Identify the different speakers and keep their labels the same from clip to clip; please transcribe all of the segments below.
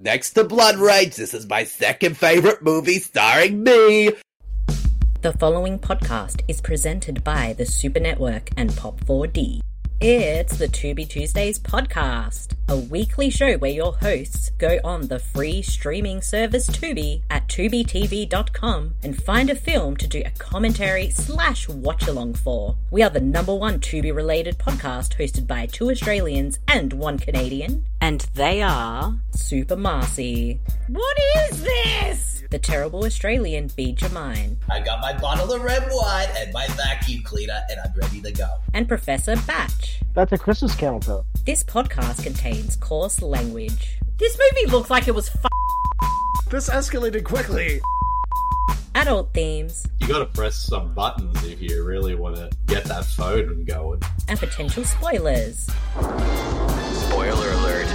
Speaker 1: Next to Blood Rage, this is my second favorite movie starring me.
Speaker 2: The following podcast is presented by the Super Network and Pop4D. It's the To Be Tuesdays podcast, a weekly show where your hosts go on the free streaming service Tubi at tubitv.com and find a film to do a commentary slash watch along for. We are the number one Tubi related podcast hosted by two Australians and one Canadian, and they are Super Marcy. What is this? The terrible Australian B. Jamine
Speaker 3: I got my bottle of red wine and my vacuum cleaner, and I'm ready to go.
Speaker 2: and Professor Batch.
Speaker 4: That's a Christmas counter.
Speaker 2: This podcast contains coarse language. This movie looks like it was f-
Speaker 5: This escalated quickly.
Speaker 2: adult themes
Speaker 6: you gotta press some buttons if you really wanna get that phone going.
Speaker 2: and potential spoilers.
Speaker 7: Spoiler alert.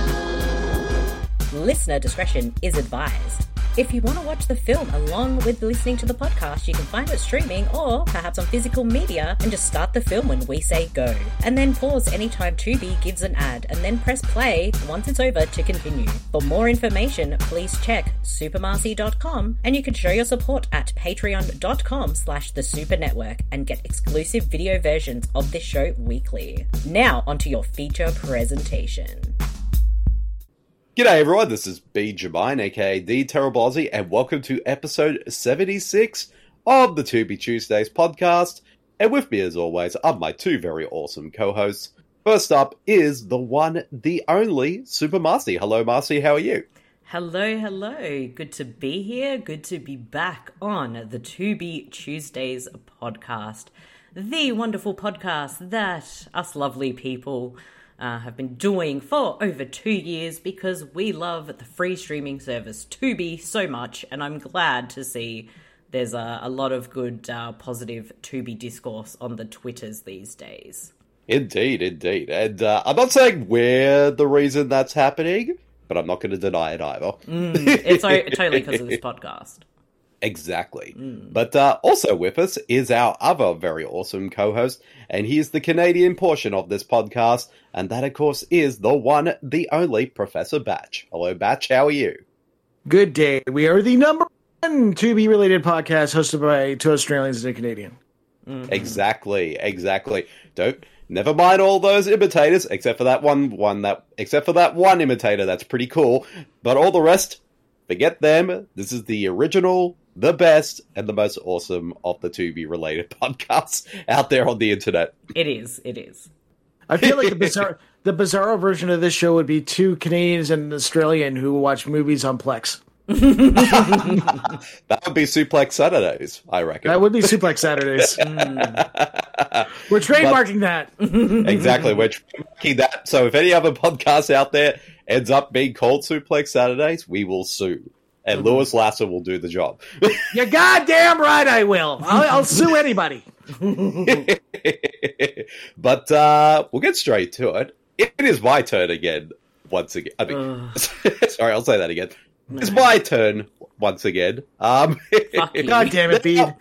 Speaker 2: Listener discretion is advised. If you want to watch the film along with listening to the podcast, you can find it streaming or perhaps on physical media and just start the film when we say go. And then pause anytime Tubi gives an ad and then press play once it's over to continue. For more information, please check supermarcy.com and you can show your support at patreon.com slash the super network and get exclusive video versions of this show weekly. Now onto your feature presentation.
Speaker 1: G'day everyone, this is B. Jamine, aka The Terrible Aussie, and welcome to episode 76 of the To Be Tuesdays podcast. And with me as always are my two very awesome co-hosts. First up is the one, the only, Super Marcy. Hello Marcy, how are you?
Speaker 2: Hello, hello. Good to be here. Good to be back on the To Be Tuesdays podcast, the wonderful podcast that us lovely people uh, have been doing for over two years because we love the free streaming service To Be so much. And I'm glad to see there's a, a lot of good uh, positive To Be discourse on the Twitters these days.
Speaker 1: Indeed, indeed. And uh, I'm not saying we're the reason that's happening, but I'm not going to deny it either.
Speaker 2: It's o- totally because of this podcast.
Speaker 1: Exactly. But uh, also with us is our other very awesome co host, and he is the Canadian portion of this podcast, and that, of course, is the one, the only Professor Batch. Hello, Batch, how are you?
Speaker 5: Good day. We are the number one to be related podcast hosted by two Australians and a Canadian.
Speaker 1: Exactly, exactly. Don't. Never mind all those imitators, except for that one, one that, except for that one imitator. That's pretty cool. But all the rest, forget them. This is the original, the best, and the most awesome of the to be related podcasts out there on the internet.
Speaker 2: It is, it is.
Speaker 5: I feel like the bizarre the bizarro version of this show would be two Canadians and an Australian who watch movies on Plex.
Speaker 1: That would be Suplex Saturdays, I reckon.
Speaker 5: That would be Suplex Saturdays. Mm. We're trademarking that.
Speaker 1: exactly. We're tracking that. So if any other podcast out there ends up being called Suplex Saturdays, we will sue. And Lewis Lasser will do the job.
Speaker 5: You're goddamn right I will. I'll, I'll sue anybody.
Speaker 1: but uh, we'll get straight to it. It is my turn again. Once again, I mean, sorry, I'll say that again. It's my turn once again. Um,
Speaker 2: Fuck you.
Speaker 5: God damn it, Bede.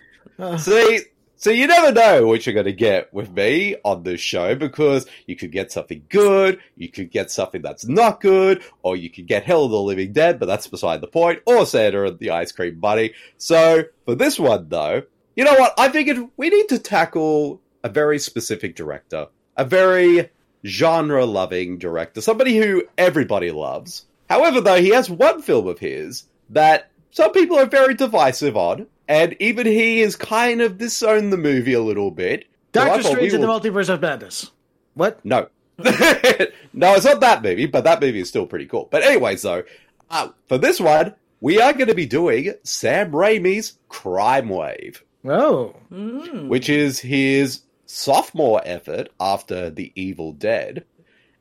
Speaker 1: See, so you never know what you're going to get with me on this show because you could get something good, you could get something that's not good, or you could get Hell of the Living Dead, but that's beside the point, or Santa and the Ice Cream Bunny. So for this one, though, you know what? I figured we need to tackle a very specific director, a very genre loving director, somebody who everybody loves. However, though, he has one film of his that some people are very divisive on, and even he has kind of disowned the movie a little bit. So I
Speaker 5: Doctor
Speaker 1: thought we
Speaker 5: Strange in the
Speaker 1: will-
Speaker 5: Multiverse of Madness. What?
Speaker 1: no. no, it's not that movie, but that movie is still pretty cool. But anyways, though, uh, for this one, we are going to be doing Sam Raimi's Crime Wave
Speaker 5: Oh.
Speaker 1: which is his sophomore effort after The Evil Dead.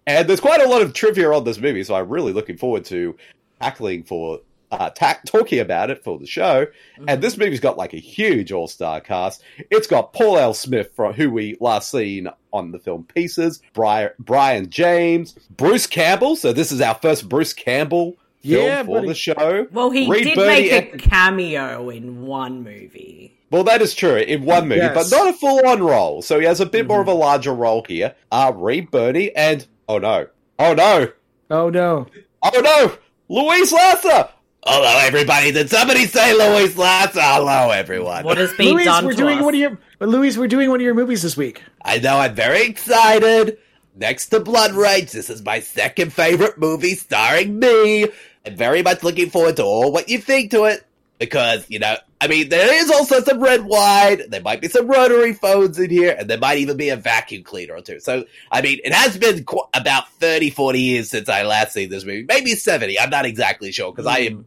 Speaker 1: And there's quite a lot of trivia on this movie, so I'm really looking forward to tackling for uh, ta- talking about it for the show. And this movie's got like a huge all star cast. It's got Paul L. Smith, from who we last seen on the film Pieces, Bri- Brian James, Bruce Campbell. So this is our first Bruce Campbell. Film
Speaker 5: Yeah,
Speaker 1: for
Speaker 5: buddy.
Speaker 1: the show.
Speaker 2: Well, he
Speaker 1: Reid
Speaker 2: did
Speaker 1: Birnie
Speaker 2: make
Speaker 1: and-
Speaker 2: a cameo in one movie.
Speaker 1: Well, that is true in one movie,
Speaker 5: Yes.
Speaker 1: but not a full on role. So he has a bit more of a larger role here. Uh, Reed Bernie and. Oh no. Oh no.
Speaker 5: Oh no.
Speaker 1: Oh no. Louise Lasser. Hello, everybody. Did somebody say Louise Lasser? Hello, everyone.
Speaker 2: What is being
Speaker 5: Louise,
Speaker 2: done
Speaker 5: we're
Speaker 2: to
Speaker 5: doing
Speaker 2: us?
Speaker 5: one of your Louise, we're doing one of your movies this week.
Speaker 1: I know I'm very excited. Next to Blood Rage, this is my second favorite movie starring me. I'm very much looking forward to all what you think to it. Because, you know, I mean, there is also some red wine, there might be some rotary phones in here, and there might even be a vacuum cleaner or two. So, I mean, it has been qu- about 30, 40 years since I last seen this movie. Maybe 70, I'm not exactly sure, because I am,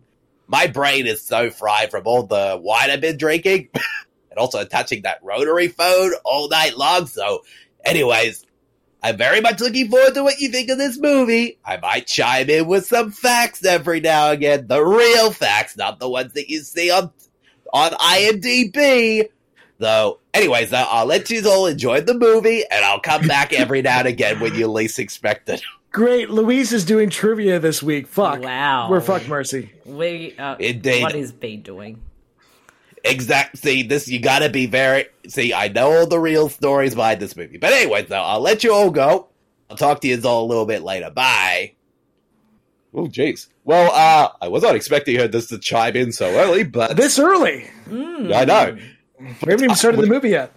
Speaker 1: my brain is so fried from all the wine I've been drinking, and also touching that rotary phone all night long, so Anyways, I'm very much looking forward to what you think of this movie. I might chime in with some facts every now and again. The real facts, not the ones that you see on on IMDb. Though, anyways, though, I'll let you all enjoy the movie, and I'll come back every now and again when you least expect it.
Speaker 5: Great, Louise is doing trivia this week. Fuck,
Speaker 2: Wow.
Speaker 5: we're fuck mercy.
Speaker 2: We, uh,
Speaker 1: Indeed.
Speaker 2: What is B doing?
Speaker 1: Exact. See, this you gotta be very. See, I know all the real stories behind this movie, but anyways, though, I'll let you all go. I'll talk to you all a little bit later. Bye. Oh, jeez. Well, uh, I was not expecting her just to chime in so early, but
Speaker 5: This early,
Speaker 1: I know.
Speaker 5: we haven't even started the movie yet.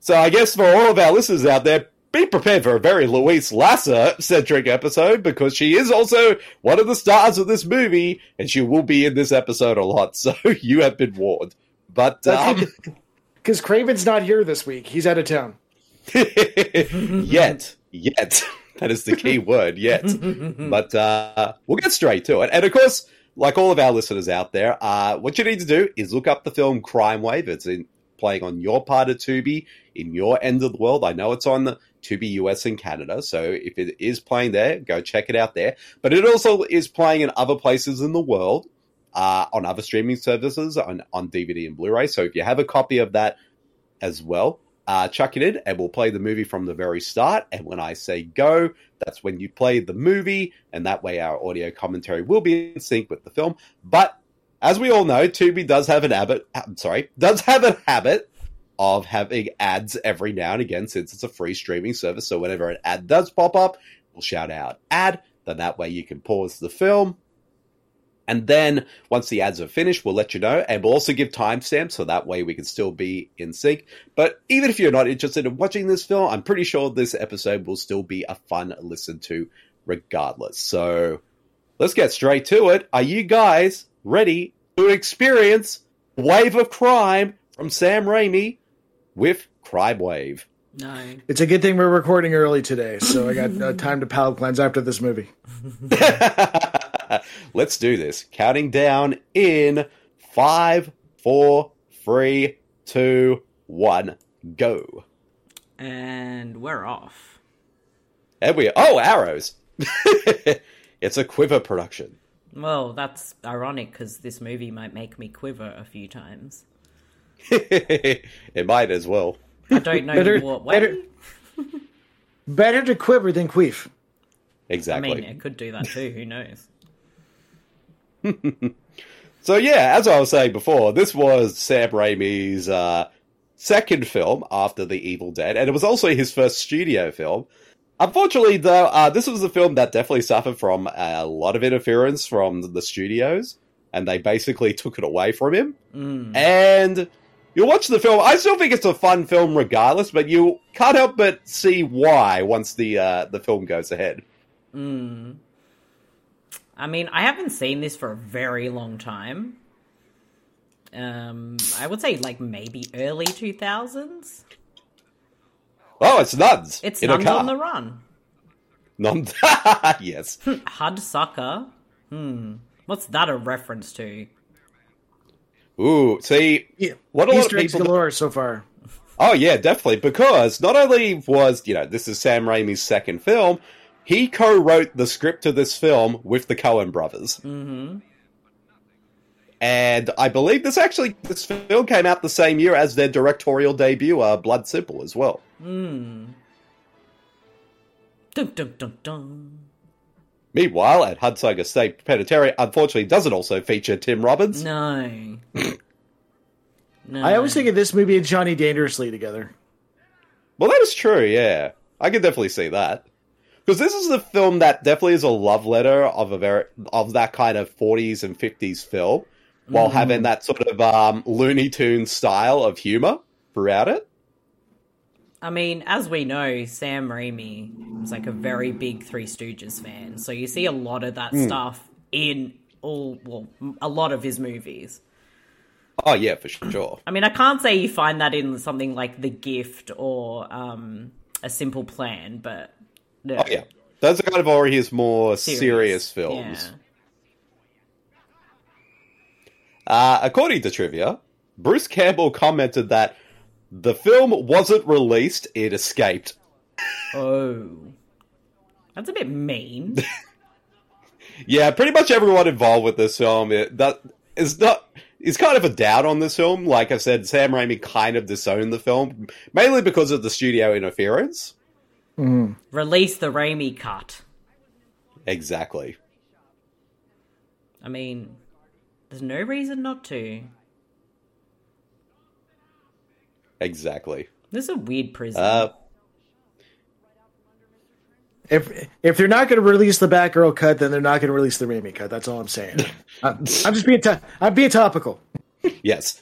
Speaker 1: So I guess for all of our listeners out there, be prepared for a very Louise Lasser centric episode because she is also one of the stars of this movie, and she will be in this episode a lot. So you have been warned. But
Speaker 5: That's
Speaker 1: um,
Speaker 5: Because Craven's not here this week; he's out of town.
Speaker 1: yet, yet. That is the key word, yet. But uh, we'll get straight to it. And of course, like all of our listeners out there, uh, what you need to do is look up the film Crime Wave. It's in, playing on your part of Tubi, in your end of the world. I know it's on the Tubi US and Canada, so if it is playing there, go check it out there. But it also is playing in other places in the world, uh, on other streaming services, on, on DVD and Blu-ray. So if you have a copy of that as well, uh, chuck it in and we'll play the movie from the very start. And when I say go, that's when you play the movie, and that way our audio commentary will be in sync with the film. But as we all know, Tubi does have an habit. I'm sorry, does have a habit of having ads every now and again since it's a free streaming service. So whenever an ad does pop up, we'll shout out ad. Then that way you can pause the film. And then once the ads are finished, we'll let you know. And we'll also give timestamps so that way we can still be in sync. But even if you're not interested in watching this film, I'm pretty sure this episode will still be a fun listen to regardless. So let's get straight to it. Are you guys ready to experience Wave of Crime from Sam Raimi with Crime Wave?
Speaker 2: No.
Speaker 5: It's a good thing we're recording early today, so I got uh, time to palate cleanse after this movie.
Speaker 1: let's do this. Counting down in five, four, three, two, one, go.
Speaker 2: And we're off.
Speaker 1: And we oh arrows. it's a quiver production.
Speaker 2: Well, that's ironic because this movie might make me quiver a few times.
Speaker 1: it might as well.
Speaker 2: I don't know
Speaker 5: Better-
Speaker 2: what way.
Speaker 5: better- Better to quiver than queef.
Speaker 2: I
Speaker 1: Exactly.
Speaker 2: mean, it could do that too. Who knows?
Speaker 1: So yeah, as I was saying before, this was Sam Raimi's uh, second film after The Evil Dead, and it was also his first studio film. Unfortunately, though, uh, this was a film that definitely suffered from a lot of interference from the studios, and they basically took it away from him.
Speaker 2: Mm.
Speaker 1: And you watch the film. I still think it's a fun film, regardless. But you can't help but see why once the uh, the film goes ahead.
Speaker 2: Mm. I mean, I haven't seen this for a very long time. Um, I would say like maybe early two thousands.
Speaker 1: Oh, it's nuns.
Speaker 2: It's
Speaker 1: in a
Speaker 2: Nuns on
Speaker 1: car.
Speaker 2: the Run.
Speaker 1: Nuns. yes.
Speaker 2: Hudsucker. Hmm. What's that a reference to?
Speaker 1: Ooh, see,
Speaker 5: Yeah,
Speaker 1: What a lot of
Speaker 5: Easter eggs
Speaker 1: people-
Speaker 5: galore so far.
Speaker 1: Oh yeah, definitely. Because not only was you know this is Sam Raimi's second film, he co-wrote the script to this film with the Coen brothers,
Speaker 2: Mm-hmm.
Speaker 1: and I believe this actually this film came out the same year as their directorial debut, uh, Blood Simple, as well.
Speaker 2: Mm. Dum dum dum dum.
Speaker 1: Meanwhile, at Hudsucker State Penitentiary, unfortunately, doesn't also feature Tim Robbins.
Speaker 2: No. no.
Speaker 5: I always think of this movie and Johnny Dangerously together.
Speaker 1: Well, that is true. Yeah, I can definitely see that. because this is the film that definitely is a love letter of a very of that kind of 40s and 50s film, while having that sort of um, Looney Tunes style of humor throughout it.
Speaker 2: I mean, as we know, Sam Raimi was like a very big Three Stooges fan, so you see a lot of that
Speaker 1: Hmm.
Speaker 2: stuff in all, well, m- a lot of his movies.
Speaker 1: Oh yeah, for sure.
Speaker 2: I mean, I can't say you find that in something like The Gift or um, A Simple Plan, but no.
Speaker 1: Oh yeah, those are kind of all his more serious, films.
Speaker 2: Yeah.
Speaker 1: Uh, according to trivia, Bruce Campbell commented that the film wasn't released; it escaped.
Speaker 2: Oh, that's a bit mean.
Speaker 1: Yeah, pretty much everyone involved with this film it, that is not. It's kind of a doubt on this film. Like I said, Sam Raimi kind of disowned the film, mainly because of the studio interference.
Speaker 2: Release the Raimi cut.
Speaker 1: Exactly.
Speaker 2: I mean, there's no reason not to.
Speaker 1: Exactly.
Speaker 2: This is a weird prison.
Speaker 1: Uh,
Speaker 5: If if they're not going to release the Batgirl cut, then they're not going to release the Raimi cut. That's all I'm saying. I'm, I'm just being to- I'm being topical.
Speaker 1: yes.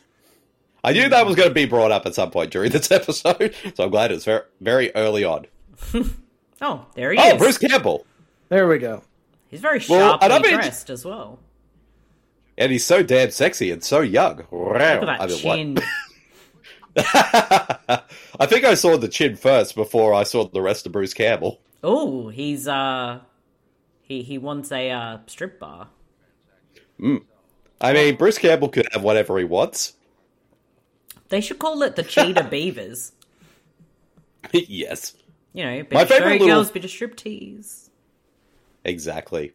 Speaker 1: I knew that was going to be brought up at some point during this episode, so I'm glad it's very, very early on.
Speaker 2: oh, there he
Speaker 1: Oh,
Speaker 2: is.
Speaker 1: Bruce Campbell!
Speaker 5: There we go.
Speaker 2: He's very
Speaker 1: Well,
Speaker 2: sharply
Speaker 1: and I mean-
Speaker 2: dressed as well.
Speaker 1: And he's so damn sexy and so young.
Speaker 2: Look at that chin.
Speaker 1: I think I saw the chin first before I saw the rest of Bruce Campbell.
Speaker 2: oh, he's uh, he he wants a uh, strip bar.
Speaker 1: I mean, Bruce Campbell could have whatever he wants.
Speaker 2: They should call it the Cheetah Beavers.
Speaker 1: yes,
Speaker 2: You know, bit
Speaker 1: My
Speaker 2: of
Speaker 1: favourite
Speaker 2: showgirls,
Speaker 1: little-
Speaker 2: bit of striptease.
Speaker 1: exactly.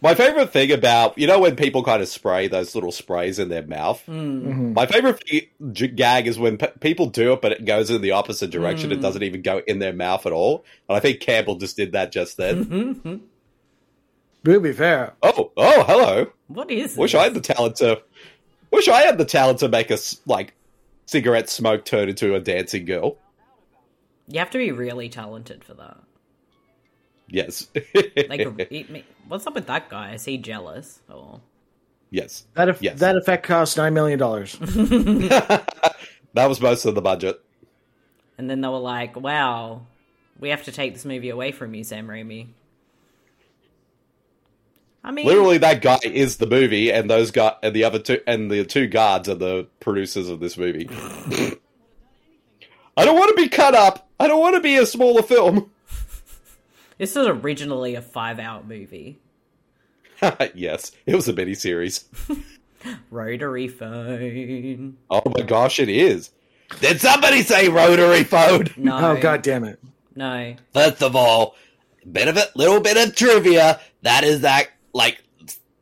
Speaker 1: My favorite thing about you know when people kind of spray those little sprays in their mouth. My favorite thing, j- gag is when p- people do it, but it goes in the opposite direction. It doesn't even go in their mouth at all. And I think Campbell just did that just then.
Speaker 5: Booby fair.
Speaker 1: oh, oh, hello.
Speaker 2: What is?
Speaker 1: Wish
Speaker 2: this?
Speaker 1: I had the talent to. Wish I had the talent to make a s- like cigarette smoke turn into a dancing girl.
Speaker 2: You have to be really talented for that.
Speaker 1: Yes,
Speaker 2: Like, it, ma- what's up with that guy? Is he jealous? Or
Speaker 1: yes.
Speaker 5: That if,
Speaker 1: Yes.
Speaker 5: that effect costs nine million dollars.
Speaker 1: That was most of the budget.
Speaker 2: and then they were like, "Wow, we have to take this movie away from you, Sam Raimi." I mean,
Speaker 1: Literally, that guy is the movie, and those guy and the other two and the two guards are the producers of this movie. I don't want to be cut up. I don't want to be a smaller film.
Speaker 2: this is originally a five-hour movie.
Speaker 1: yes, it was a mini series.
Speaker 2: Rotary phone.
Speaker 1: Oh my gosh, it is. Did somebody say rotary phone?
Speaker 2: No.
Speaker 5: Oh god damn it!
Speaker 2: No.
Speaker 1: First of all, bit of a little bit of trivia. That is that like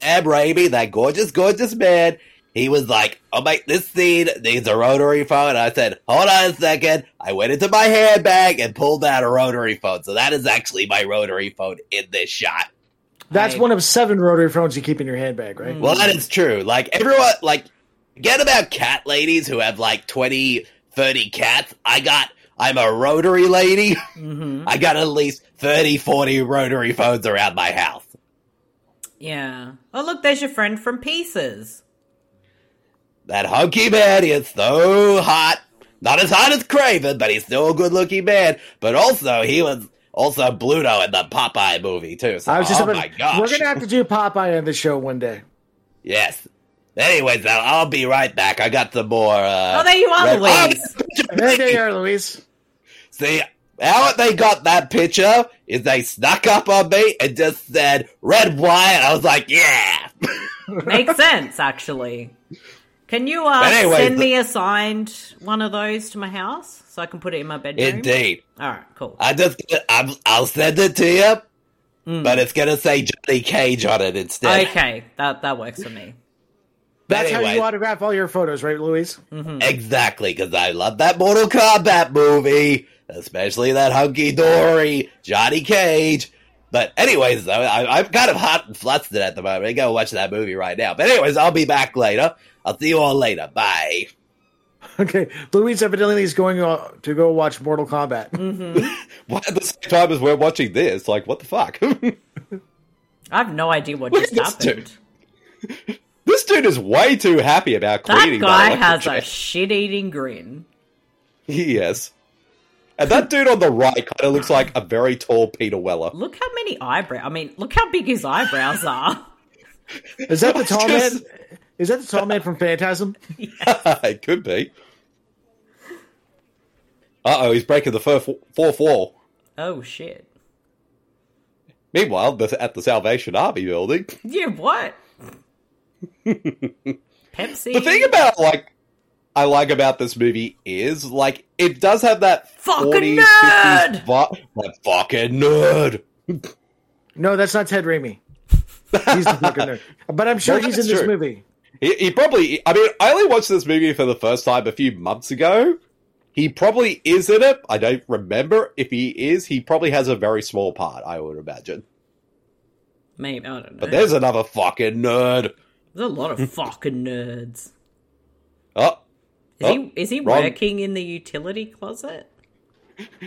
Speaker 1: Sam Raimi, that gorgeous, gorgeous man. He was like, "I'll make this scene needs a rotary phone." And I said, "Hold on a second. I went into my handbag and pulled out a rotary phone. So that is actually my rotary phone in this shot.
Speaker 5: That's
Speaker 2: I-
Speaker 5: one of seven rotary phones you keep in your handbag, right?
Speaker 1: Mm. Well, that is true. Like everyone, like forget about cat ladies who have like 20, 30 cats. I got. I'm a rotary lady.
Speaker 5: Mm-hmm.
Speaker 1: I got at least 30, 40 rotary phones around my house.
Speaker 2: Yeah. Oh, look, there's your friend from Pieces.
Speaker 1: That hunky man he is so hot. Not as hot as Craven, but he's still a good looking man. But also, he was also Bluto in the Popeye movie, too. So,
Speaker 5: I was just
Speaker 1: oh
Speaker 5: about,
Speaker 1: my gosh.
Speaker 5: We're gonna have to do Popeye on the show one day.
Speaker 1: Yes. Anyways, though, I'll be right back. I got some more. Uh,
Speaker 2: oh, there you are,
Speaker 1: red-
Speaker 2: Louise.
Speaker 5: There they are, Luis.
Speaker 1: See, how they got that picture is they snuck up on me and just said, red wire. And I was like, yeah.
Speaker 2: Makes sense, actually. Can you uh,
Speaker 1: But anyway,
Speaker 2: send
Speaker 1: the-
Speaker 2: me a signed one of those to my house so I can put it in my bedroom?
Speaker 1: Indeed.
Speaker 2: All right, cool.
Speaker 1: I just, I'm, I'll send it to you,
Speaker 5: Hmm.
Speaker 1: but it's going to say Johnny Cage on it instead.
Speaker 2: okay, that that works for me.
Speaker 5: That's how
Speaker 1: Anyways.
Speaker 5: you hmm. autograph all your photos, right, Luis?
Speaker 1: Exactly, because I love that Mortal Kombat movie, especially that hunky dory Johnny Cage. But anyways, though, I, I'm kind of hot and flustered at the moment. I gotta watch that movie right now. But anyways, I'll be back later. I'll see you all later. Bye.
Speaker 5: Okay, Louise evidently is going uh, to go watch Mortal Kombat.
Speaker 1: Mm. What, at the same time as we're watching this, like, what the fuck?
Speaker 2: I have no idea what
Speaker 1: Look
Speaker 2: just
Speaker 1: at this dude.
Speaker 2: happened.
Speaker 1: this dude is way too happy about
Speaker 2: That
Speaker 1: cleaning
Speaker 2: guy
Speaker 1: electric
Speaker 2: has
Speaker 1: chair.
Speaker 2: a shit-eating grin.
Speaker 1: Yes. And that dude on the right kind of looks like a very tall Peter Weller.
Speaker 2: Look how many eyebrows. I mean, look how big his eyebrows are.
Speaker 5: Is that the tall man?
Speaker 1: Just-
Speaker 5: Is that the tall man from Phantasm?
Speaker 1: it could be. Uh oh, he's breaking the fourth, fourth wall.
Speaker 2: Oh shit.
Speaker 1: Meanwhile, the, at the Salvation Army building,
Speaker 2: Yeah, what? Pepsi.
Speaker 1: the thing about like I like about this movie is like it does have that
Speaker 2: Fucking
Speaker 1: 40s, 50s
Speaker 2: nerd!
Speaker 1: vibe. Like, fucking nerd.
Speaker 5: No, that's not Ted Raimi. He's the fucking nerd. But I'm sure
Speaker 1: Well,
Speaker 5: he's in
Speaker 1: that's
Speaker 5: this
Speaker 1: true.
Speaker 5: movie.
Speaker 1: He, he probably. I mean, I only watched this movie for the first time a few months ago. He probably is in it. I don't remember if he is. He probably has a very small part. I would imagine.
Speaker 2: Maybe I don't know.
Speaker 1: But
Speaker 2: there's...
Speaker 1: there's another fucking nerd.
Speaker 2: a lot of fucking nerds.
Speaker 1: Oh,
Speaker 2: Is
Speaker 1: Oh,
Speaker 2: he is he
Speaker 1: wrong.
Speaker 2: working in the utility closet?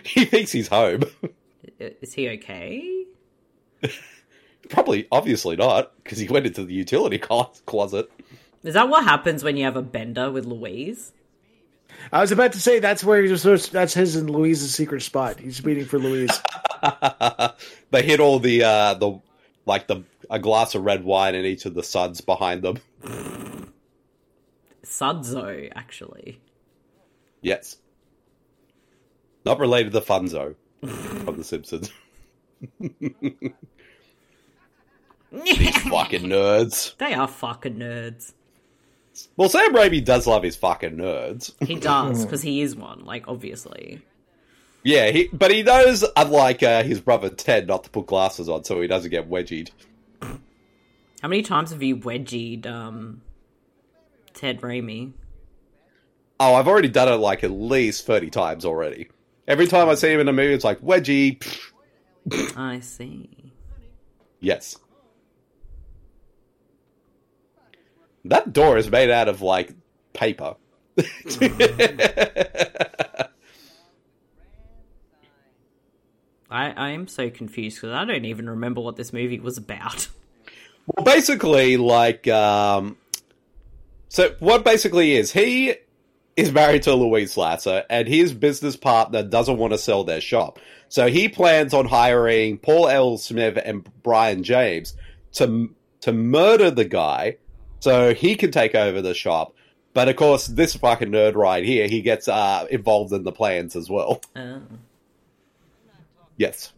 Speaker 1: he thinks he's home.
Speaker 2: I- Is he okay?
Speaker 1: probably, obviously not, because he went into the utility clo- closet.
Speaker 2: Is that what happens when you have a bender with Louise?
Speaker 5: I was about to say that's where he's supposed. That's his and Louise's secret spot. He's waiting for Louise.
Speaker 1: They hid all the uh, the like the a glass of red wine in each of the suds behind them.
Speaker 2: Sudzo, actually.
Speaker 1: Yes, not related to Funzo from The Simpsons. fucking nerds.
Speaker 2: They are fucking nerds.
Speaker 1: Well, Sam Raimi does love his fucking nerds.
Speaker 2: He does, because he is one, like, obviously.
Speaker 1: Yeah, he, but he knows, unlike uh, his brother Ted, not to put glasses on so he doesn't get wedgied.
Speaker 2: How many times have you wedgied um, Ted Raimi?
Speaker 1: Oh, I've already done it like at least 30 times already. Every time I see him in a movie, it's like, wedgie. pfft,
Speaker 2: I see.
Speaker 1: Yes. That door is made out of like paper.
Speaker 2: I, I am so confused because I don't even remember what this movie was about.
Speaker 1: Well, basically, like, um, so what basically is he is married to Louise Lasser, and his business partner doesn't want to sell their shop, so he plans on hiring Paul L. Smith and Brian James to to murder the guy, so he can take over the shop. But of course, this fucking nerd right here, he gets uh, involved in the plans as well.
Speaker 2: Uh,
Speaker 1: Yes,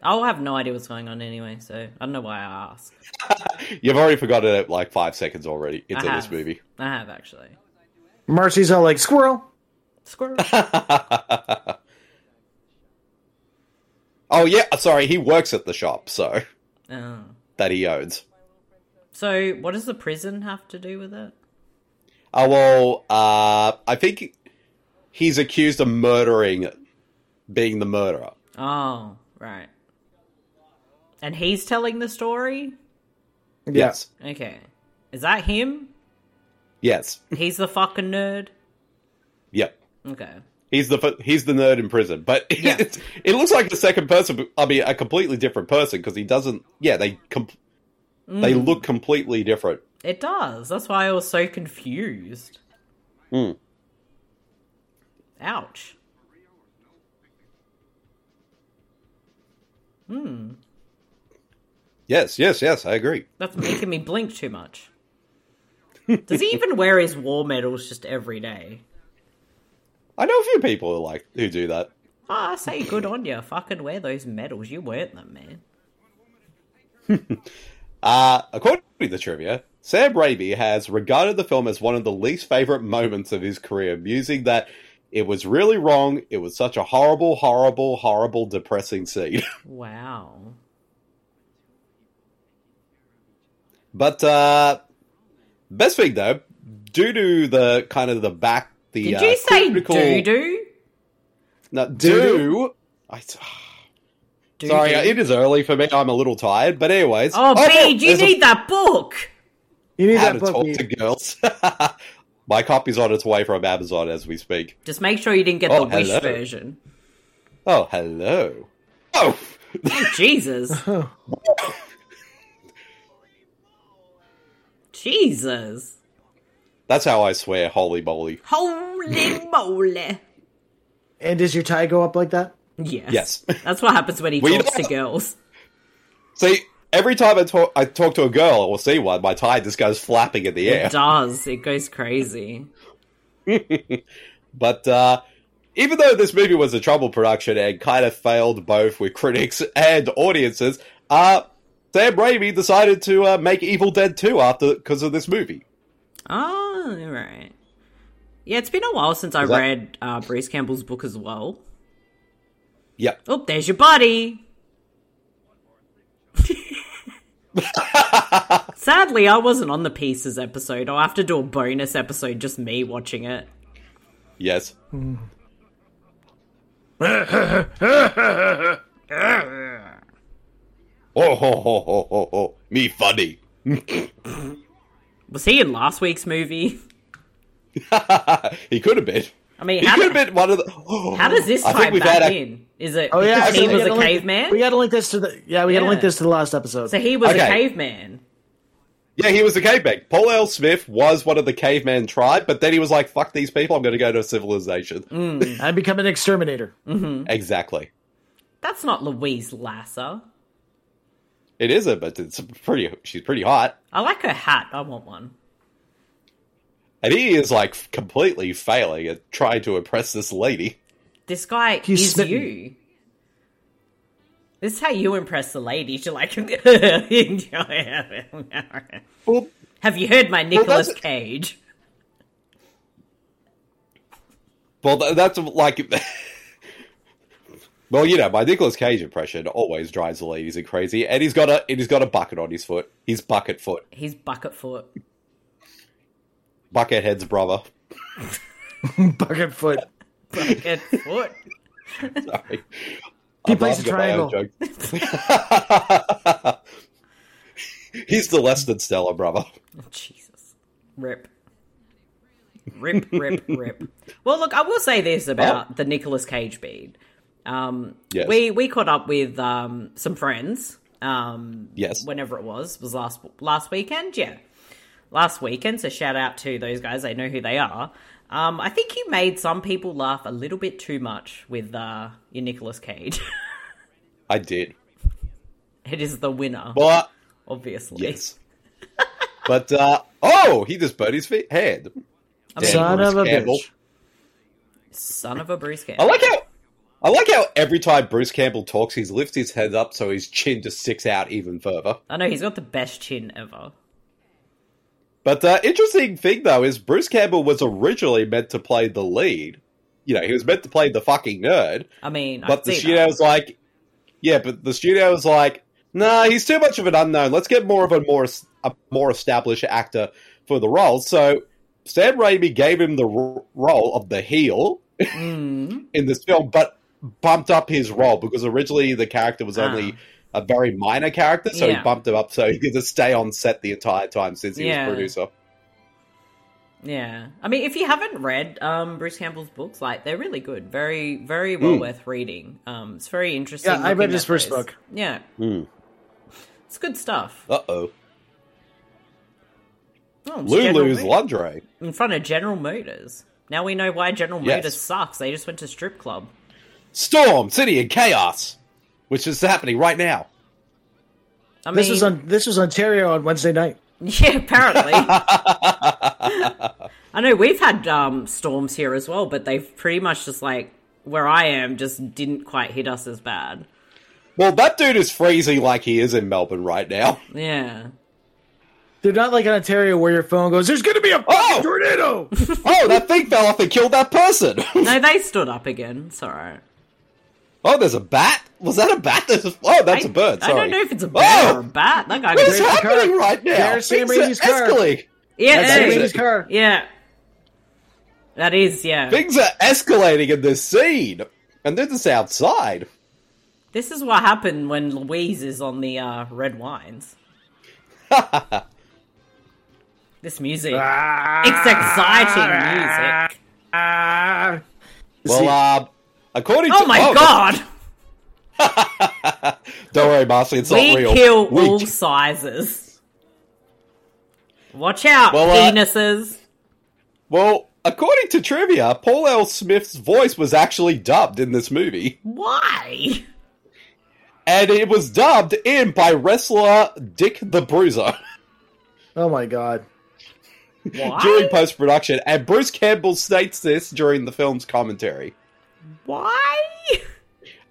Speaker 2: I'll Oh, have no idea what's going on anyway, so I don't know why I asked.
Speaker 1: you've already forgotten it like five seconds already into
Speaker 2: I
Speaker 1: this
Speaker 2: have.
Speaker 1: movie.
Speaker 2: I have, actually.
Speaker 5: Marcy's all like squirrel.
Speaker 2: Squirrel.
Speaker 1: Oh yeah, sorry, he works at the shop, so
Speaker 2: oh.
Speaker 1: that he owns.
Speaker 2: So, what does the prison have to do with it?
Speaker 1: Oh well, uh, I think he's accused of murdering, being the murderer.
Speaker 2: Oh, right. And he's telling the story?
Speaker 1: Yes,
Speaker 2: Okay. Is that him?
Speaker 1: yes,
Speaker 2: He's the fucking nerd?
Speaker 1: yep.
Speaker 2: Okay.
Speaker 1: He's the fu- he's the nerd in prison, but it's, it looks like the second person. but- I mean, a completely different person because he doesn't. Yeah, they com- they look completely different.
Speaker 2: It does. That's why I was so confused.
Speaker 1: Hmm.
Speaker 2: Ouch.
Speaker 1: Yes, yes, yes. I agree.
Speaker 2: That's making me blink too much. Does he even wear his war medals just every day?
Speaker 1: I know a few people who like who do that.
Speaker 2: Ah, I say good on you. Fucking wear those medals. You weren't them, man.
Speaker 1: Uh, according to the trivia, Sam Raimi has regarded the film as one of the least favorite moments of his career, musing that it was really wrong. It was such a horrible, horrible, horrible, depressing scene.
Speaker 2: Wow.
Speaker 1: but uh, best thing though, due to the kind of the back, the
Speaker 2: Did
Speaker 1: uh,
Speaker 2: you say
Speaker 1: critical-
Speaker 2: doo doo?
Speaker 1: No, do. I, sorry, it is early for me. I'm a little tired, but anyways.
Speaker 2: Oh,
Speaker 1: look,
Speaker 2: Bede, you
Speaker 1: there's a
Speaker 2: need that book.
Speaker 5: You need
Speaker 1: how to
Speaker 5: that book.
Speaker 1: talk
Speaker 5: Ian.
Speaker 1: to girls.
Speaker 8: My copy's on its way from Amazon as we speak.
Speaker 2: Just make sure you didn't get
Speaker 8: Oh,
Speaker 2: the Wish
Speaker 8: hello.
Speaker 2: version.
Speaker 8: Oh, hello. Oh,
Speaker 2: Oh, Jesus. Jesus.
Speaker 8: that's how I swear. Holy moly!
Speaker 2: Holy moly.
Speaker 5: And does your tie go up like that?
Speaker 2: Yes.
Speaker 8: Yes.
Speaker 2: That's what happens when he
Speaker 8: We
Speaker 2: talks to
Speaker 8: don't-
Speaker 2: girls.
Speaker 8: See, every time I talk, I talk to a girl or see one, my tie just goes flapping in the air.
Speaker 2: It does. It goes crazy.
Speaker 8: But uh, even though this movie was a trouble production and kind of failed both with critics and audiences, uh, Sam Raimi decided to uh, make Evil Dead 2 after because of this movie.
Speaker 2: Oh, right. Yeah, it's been a while since I
Speaker 8: Is that-
Speaker 2: read uh, Bruce Campbell's book as well.
Speaker 8: Yep.
Speaker 2: Oh, there's your body. Sadly, I wasn't on the Pieces episode. I'll have to do a bonus episode, just me watching it.
Speaker 8: Yes. oh, ho, ho, ho, ho, ho. Me funny.
Speaker 2: Was he in last week's movie?
Speaker 8: he could have been.
Speaker 2: I mean,
Speaker 8: He
Speaker 2: how,
Speaker 8: could have been one of the.
Speaker 2: how does this
Speaker 8: I
Speaker 2: tie
Speaker 8: think we've
Speaker 2: back
Speaker 8: had a-
Speaker 2: in? Is it
Speaker 5: Oh yeah,
Speaker 2: because he
Speaker 5: we
Speaker 2: was a
Speaker 5: gotta link-
Speaker 2: caveman?
Speaker 5: We got to link this to the yeah. We got to
Speaker 2: Yeah.
Speaker 5: link this to the last episode.
Speaker 2: so he was a
Speaker 8: Okay.
Speaker 2: caveman.
Speaker 8: Yeah, he was a caveman. Paul L. Smith was one of the caveman tribe, but then he was like, fuck these people, I'm going to go to civilization.
Speaker 5: I become an exterminator.
Speaker 8: Exactly.
Speaker 2: That's not Louise Lasser.
Speaker 8: It is a, but it's pretty. She's pretty hot,
Speaker 2: I like her hat. I want one.
Speaker 8: and he is like completely failing at trying to impress this lady.
Speaker 2: This guy
Speaker 5: He's
Speaker 2: is
Speaker 5: smitten.
Speaker 2: you. This is how you impress the ladies. You're like, have
Speaker 8: Well,
Speaker 2: you heard my
Speaker 8: that's-
Speaker 2: Nicolas Cage?
Speaker 8: well, tha- that's like. Well, you know, my Nicolas Cage impression always drives the ladies in crazy, and he's got a and he's got a bucket on his foot. He's bucket foot,
Speaker 2: He's Bucketfoot.
Speaker 8: bucket head's brother.
Speaker 5: Bucket foot.
Speaker 2: Bucketfoot.
Speaker 8: Sorry.
Speaker 5: He
Speaker 8: I'm
Speaker 5: plays a
Speaker 8: laughing at my own
Speaker 5: triangle.
Speaker 8: joke. he's the less than stellar brother.
Speaker 2: Oh, Jesus. Rip. Rip, rip, rip. Well, look, I will say this about the Nicolas Cage bead. Um,
Speaker 8: Yes.
Speaker 2: We we caught up with um, some friends. Um,
Speaker 8: Yes.
Speaker 2: whenever it was was last last weekend. Yeah, last weekend. So shout out to those guys. They know who they are. Um, I think you made some people laugh a little bit too much with uh, your Nicolas Cage.
Speaker 8: I did.
Speaker 2: it is the winner,
Speaker 8: But
Speaker 2: obviously.
Speaker 8: Yes. but uh oh, he just burned his feet hand. Damn,
Speaker 5: Son
Speaker 8: Bruce
Speaker 5: of a
Speaker 8: Campbell.
Speaker 5: bitch.
Speaker 2: Son of a Bruce Campbell.
Speaker 8: I like how I like how every time Bruce Campbell talks, he's lifts his head up so his chin just sticks out even further.
Speaker 2: I know he's got the best chin ever.
Speaker 8: But uh, interesting thing though is Bruce Campbell was originally meant to play the lead. You know, he was meant to play the fucking nerd,
Speaker 2: I mean, I
Speaker 8: but the
Speaker 2: see
Speaker 8: studio
Speaker 2: that.
Speaker 8: was like, yeah, but the studio was like, nah, he's too much of an unknown. Let's get more of a more a more established actor for the role. So Sam Raimi gave him the r- role of the heel
Speaker 2: Mm.
Speaker 8: in this film, but bumped up his role because originally the character was only a very minor character, so
Speaker 2: Ah. Yeah.
Speaker 8: he bumped him up so he could just stay on set the entire time since he
Speaker 2: Yeah.
Speaker 8: was producer.
Speaker 2: Yeah, I mean, if you haven't read um, Bruce Campbell's books, like they're really good, very, very well worth reading. Um, it's very interesting.
Speaker 5: Mm. Yeah, I read
Speaker 2: looking
Speaker 5: his
Speaker 2: at
Speaker 5: first
Speaker 2: those.
Speaker 5: book. Mm.
Speaker 2: Yeah, it's good stuff.
Speaker 8: Uh oh,
Speaker 2: Oh, it's General
Speaker 8: Lulu's
Speaker 2: Motors.
Speaker 8: Landre.
Speaker 2: in front of General Motors. Now we know why General
Speaker 8: Yes.
Speaker 2: Motors sucks. They just went to strip club.
Speaker 8: Storm City and Chaos, which is happening right now.
Speaker 2: I mean,
Speaker 5: This was on this was Ontario on Wednesday night.
Speaker 2: yeah, apparently. I know we've had um, storms here as well, but they've pretty much just like where I am just didn't quite hit us as bad.
Speaker 8: Well, that dude is freezing like he is in Melbourne right now.
Speaker 2: Yeah.
Speaker 5: They're not like in Ontario where your phone goes. There's gonna be a fucking
Speaker 8: Oh!
Speaker 5: tornado.
Speaker 8: Oh, that thing fell off and killed that person.
Speaker 2: No, they stood up again. It's all right.
Speaker 8: oh, there's a bat. Was that a bat? There's- oh, that's a
Speaker 2: I-
Speaker 8: bird.
Speaker 2: I
Speaker 8: Sorry.
Speaker 2: don't know if it's a bird or a
Speaker 8: Oh,
Speaker 2: bat. That guy
Speaker 8: What is
Speaker 2: could-
Speaker 5: There's the
Speaker 8: happening
Speaker 5: car.
Speaker 8: right now?
Speaker 5: There's Sam
Speaker 8: Things are
Speaker 5: Raimi's car.
Speaker 8: escalating.
Speaker 2: Yeah,
Speaker 8: That's
Speaker 2: hey.
Speaker 8: it.
Speaker 5: His car.
Speaker 2: yeah. That is, yeah.
Speaker 8: Things are escalating in this scene, and they're just outside.
Speaker 2: This is what happened when Louise is on the uh, red wines. This music.
Speaker 5: Ah,
Speaker 2: It's exciting music.
Speaker 5: ah.
Speaker 1: Well, uh,
Speaker 8: um,
Speaker 1: according to
Speaker 2: Oh my god!
Speaker 1: god, don't worry, Marcy, it's
Speaker 2: We
Speaker 1: not real.
Speaker 2: kill
Speaker 1: We-
Speaker 2: all sizes. Watch out,
Speaker 1: Well, uh,
Speaker 2: penises.
Speaker 1: Well, according to trivia, Paul L. Smith's voice was actually dubbed in this movie,
Speaker 2: Why?
Speaker 1: and it was dubbed in by wrestler Dick the Bruiser
Speaker 5: oh my god.
Speaker 2: Why?
Speaker 1: during post production, and Bruce Campbell states this during the film's commentary.
Speaker 2: Why?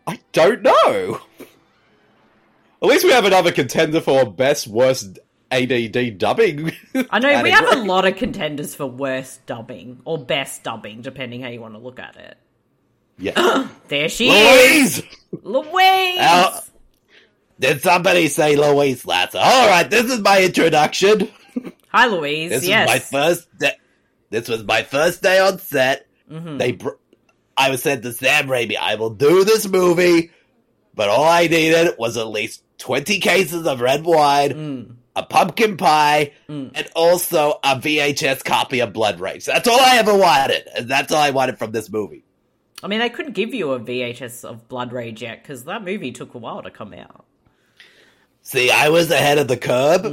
Speaker 1: I don't know. At least we have another contender for best worst ADD dubbing.
Speaker 2: I know we have a
Speaker 1: category.
Speaker 2: lot of contenders for worst dubbing or best dubbing, depending how you want to look at it.
Speaker 1: Yes.
Speaker 2: There she is,
Speaker 1: Louise!
Speaker 2: Louise.
Speaker 1: Ow. Did somebody say Louise last? Alright, this is my introduction.
Speaker 2: Hi, Louise.
Speaker 1: This
Speaker 2: yes.
Speaker 1: is my first day. This was my first day on set. They, br- I was said to Sam Raimi, I will do this movie, but all I needed was at least twenty cases of red wine, a pumpkin pie, and also a VHS copy of Blood Rage. That's all I ever wanted, and that's all I wanted from this movie.
Speaker 2: I mean, they couldn't give you a VHS of Blood Rage yet because that movie took a while to come out.
Speaker 1: See, I was ahead of the curb.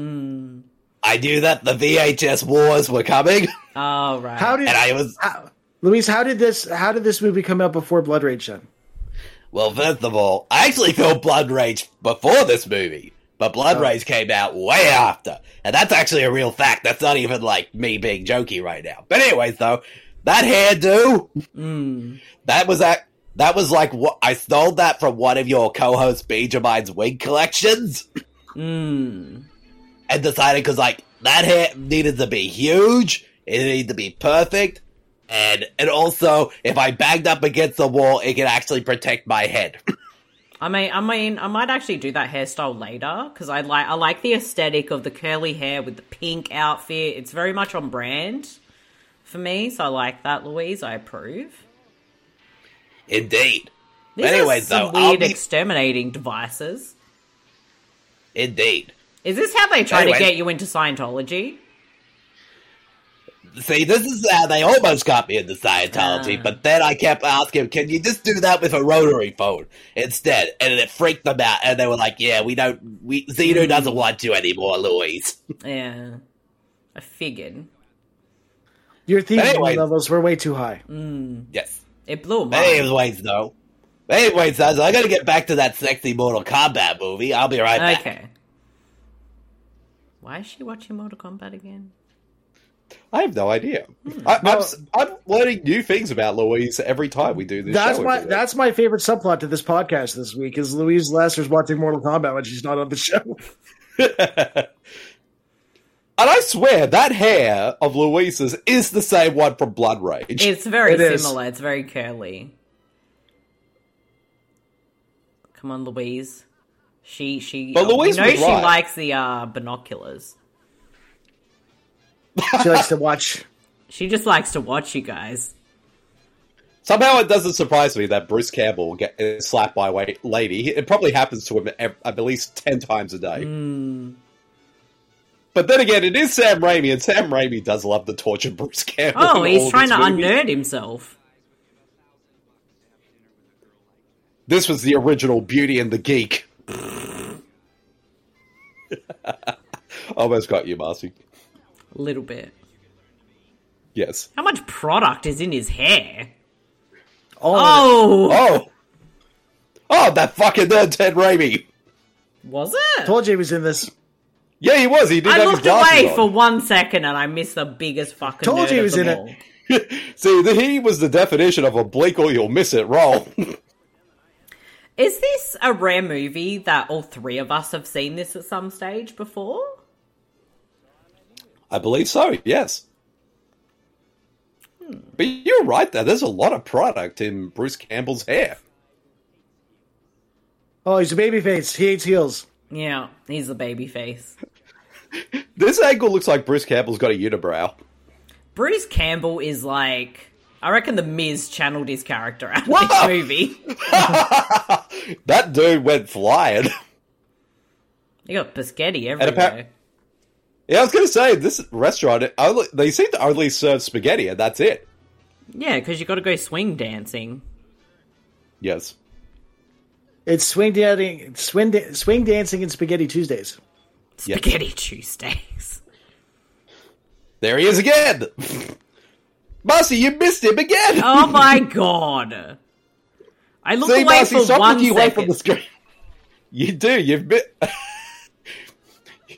Speaker 1: I knew that the VHS wars were coming,
Speaker 2: Oh right.
Speaker 5: How did
Speaker 1: and I was
Speaker 5: how, Luis? How did this? How did this movie come out before Blood Rage? Then
Speaker 1: Well, first of all, I actually filmed Blood Rage before this movie, but Blood
Speaker 5: Oh.
Speaker 1: Rage came out way after. And that's actually a real fact. That's not even like me being jokey right now. But anyways, though, that hairdo, that was that. That was like what I stole that from one of your co-hosts Benjamin's wig collections, and decided because like that hair needed to be huge, it needed to be perfect, and and also if I banged up against the wall, it could actually protect my head.
Speaker 2: I mean, I mean, I might actually do that hairstyle later because I like I like the aesthetic of the curly hair with the pink outfit. It's very much on brand for me, so I like that, Louise. I approve.
Speaker 1: Indeed.
Speaker 2: These
Speaker 1: Anyway,
Speaker 2: are some
Speaker 1: though, I'll
Speaker 2: weird
Speaker 1: be-
Speaker 2: exterminating devices.
Speaker 1: Indeed.
Speaker 2: Is this how they try
Speaker 1: Anyway.
Speaker 2: to get you into Scientology?
Speaker 1: See, this is how they almost got me into Scientology,
Speaker 2: Ah.
Speaker 1: but then I kept asking, can you just do that with a rotary phone instead? And it freaked them out, and they were like, yeah, we don't, we,
Speaker 2: Hmm.
Speaker 1: Zeno doesn't want you anymore, Louise.
Speaker 2: Yeah, I figured
Speaker 5: your theme
Speaker 1: Anyways.
Speaker 5: levels were way too high.
Speaker 1: Yes.
Speaker 2: it blew 'em up.
Speaker 1: Anyways, though. Anyways, though, so I gotta get back to that sexy Mortal Kombat movie. I'll be right back.
Speaker 2: Okay. Why is she watching Mortal Kombat again?
Speaker 1: I have no idea.
Speaker 5: Hmm.
Speaker 1: I, I'm, s- I'm learning new things about Louise every time we do this
Speaker 5: That's
Speaker 1: show
Speaker 5: my
Speaker 1: every week.
Speaker 5: that's my favorite subplot to this podcast this week is Louise Lester's watching Mortal Kombat when she's not on the show.
Speaker 1: and I swear that hair of Louise's is the same one from Blood Rage.
Speaker 2: It's very
Speaker 5: It is.
Speaker 2: similar. It's very curly. Come on, Louise. She she.
Speaker 1: But
Speaker 2: oh,
Speaker 1: Louise
Speaker 2: you know
Speaker 1: was
Speaker 2: she
Speaker 1: right.
Speaker 2: likes the uh, binoculars.
Speaker 5: She likes to watch.
Speaker 2: She just likes to watch you guys.
Speaker 1: Somehow it doesn't surprise me that Bruce Campbell will get is slapped by a wa- lady. It probably happens to him ev- at least ten times a day.
Speaker 2: Hmm.
Speaker 1: But then again, it is Sam Raimi, and Sam Raimi does love to torture Bruce Campbell.
Speaker 2: Oh,
Speaker 1: in all
Speaker 2: he's
Speaker 1: of
Speaker 2: trying
Speaker 1: his
Speaker 2: to
Speaker 1: movies.
Speaker 2: unnerd himself.
Speaker 1: This was the original Beauty and the Geek. Almost got you, Marcy.
Speaker 2: A little bit.
Speaker 1: Yes.
Speaker 2: How much product is in his hair?
Speaker 5: Oh,
Speaker 2: Oh,
Speaker 1: Oh! Oh, that fucking nerd Ted Raimi!
Speaker 2: was
Speaker 5: I
Speaker 2: it?
Speaker 5: told you he was in this.
Speaker 1: Yeah, he was. He did
Speaker 2: I
Speaker 1: have
Speaker 2: looked
Speaker 1: his glasses
Speaker 2: away
Speaker 1: on.
Speaker 2: for one second and I missed the biggest fucking.
Speaker 5: Told
Speaker 2: nerd
Speaker 5: you he
Speaker 2: of
Speaker 5: was
Speaker 2: them
Speaker 5: in it.
Speaker 2: all.
Speaker 1: See, the, he was the definition of a blink or you'll miss it role.
Speaker 2: Is this a rare movie that all three of us have seen this at some stage before?
Speaker 1: I believe so. Yes. But you're right. There, there's a lot of product in Bruce Campbell's hair.
Speaker 5: Oh, he's a babyface. He hates heels.
Speaker 2: Yeah, he's a baby face.
Speaker 1: This angle looks like Bruce Campbell's got a unibrow.
Speaker 2: Bruce Campbell is like I reckon the Miz channeled his character out of
Speaker 1: Whoa!
Speaker 2: this movie.
Speaker 1: That dude went flying.
Speaker 2: He got biscotti
Speaker 1: appa-
Speaker 2: everywhere.
Speaker 8: Yeah, I was gonna say this restaurant. It only, they seem to only serve spaghetti, and that's it.
Speaker 2: Yeah, because you got to go swing dancing.
Speaker 8: Yes.
Speaker 5: It's swing dancing, swing, da- swing dancing, and spaghetti Tuesdays.
Speaker 8: Yeah.
Speaker 2: Spaghetti Tuesdays.
Speaker 8: There he is again. Marcy, you missed him again.
Speaker 2: Oh my god! I look away
Speaker 8: Marcy,
Speaker 2: for
Speaker 8: stop
Speaker 2: one
Speaker 8: looking away from
Speaker 2: second.
Speaker 8: the screen. You do. You've been.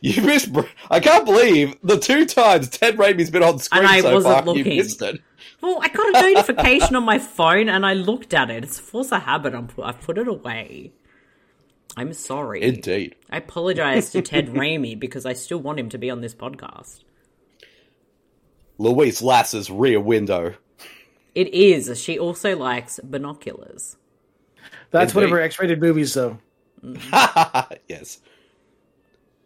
Speaker 8: You missed. Br- I can't believe the two times Ted Raimi's been on screen
Speaker 2: And I
Speaker 8: so
Speaker 2: wasn't
Speaker 8: far. You
Speaker 2: looking.
Speaker 8: missed it.
Speaker 2: Well, I got a notification on my phone and I looked at it. It's a force of habit. I'm pu- I've put it away. I'm sorry.
Speaker 8: Indeed.
Speaker 2: I apologize to Ted Raimi because I still want him to be on this podcast.
Speaker 8: Louise Lasser's rear window.
Speaker 2: It is. She also likes binoculars.
Speaker 5: That's one of
Speaker 8: Indeed.
Speaker 5: her X-rated movies, though.
Speaker 8: yes.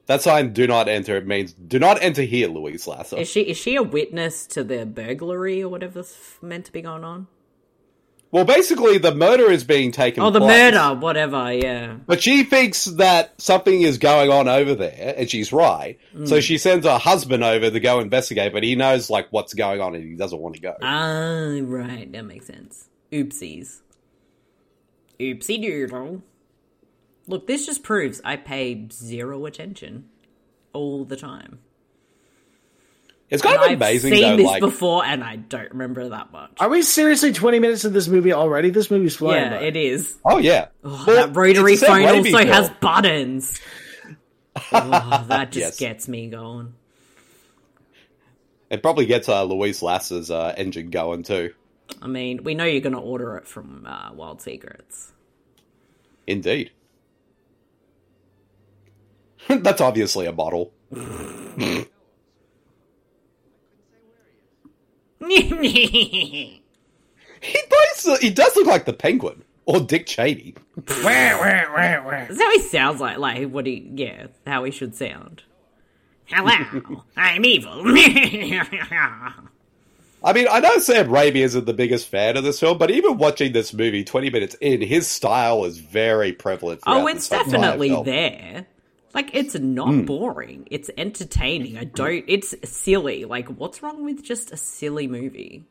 Speaker 8: That sign "Do not enter" it means "Do not enter here, Louise Lasser."
Speaker 2: Is she is she a witness to the burglary or whatever's f- meant to be going on?
Speaker 8: Well, basically, the murder is being taken.
Speaker 2: Oh, the
Speaker 8: place,
Speaker 2: murder, whatever. Yeah.
Speaker 8: But she thinks that something is going on over there, and she's right.
Speaker 2: Mm.
Speaker 8: So she sends her husband over to go investigate, but he knows like what's going on, and he doesn't want to go.
Speaker 2: Ah, right. That makes sense. Oopsies. Oopsie doodle. Look, this just proves I pay zero attention all the time.
Speaker 8: it's kind of
Speaker 2: I've
Speaker 8: amazing
Speaker 2: seen
Speaker 8: though.
Speaker 2: this
Speaker 8: Like,
Speaker 2: before, and I don't remember that much.
Speaker 5: Are we seriously twenty minutes of this movie already? This movie's flying.
Speaker 2: yeah,
Speaker 5: by.
Speaker 2: it is.
Speaker 8: oh yeah, Well,
Speaker 2: that rotary
Speaker 8: it's a Sam
Speaker 2: phone also
Speaker 8: Raimi film.
Speaker 2: has buttons. oh, that just
Speaker 8: Yes.
Speaker 2: gets me going.
Speaker 8: It probably gets uh, Louise Lasser's uh, engine going too.
Speaker 2: I mean, we know you're going to order it from uh, Wild Secrets.
Speaker 8: Indeed. That's obviously a model.
Speaker 2: Wah,
Speaker 8: He does. He does look like the Penguin or Dick Cheney.
Speaker 2: wah, wah, wah. That's how he sounds like, like what he, yeah, how he should sound. Hello, I'm evil.
Speaker 8: I mean, I know Sam Raimi isn't the biggest fan of this film, but even watching this movie twenty minutes in, his style is very prevalent.
Speaker 2: oh,
Speaker 8: throughout
Speaker 2: it's
Speaker 8: this entire
Speaker 2: definitely
Speaker 8: film.
Speaker 2: there. Like, it's not boring. It's entertaining. I don't, it's silly. Like, what's wrong with just a silly movie?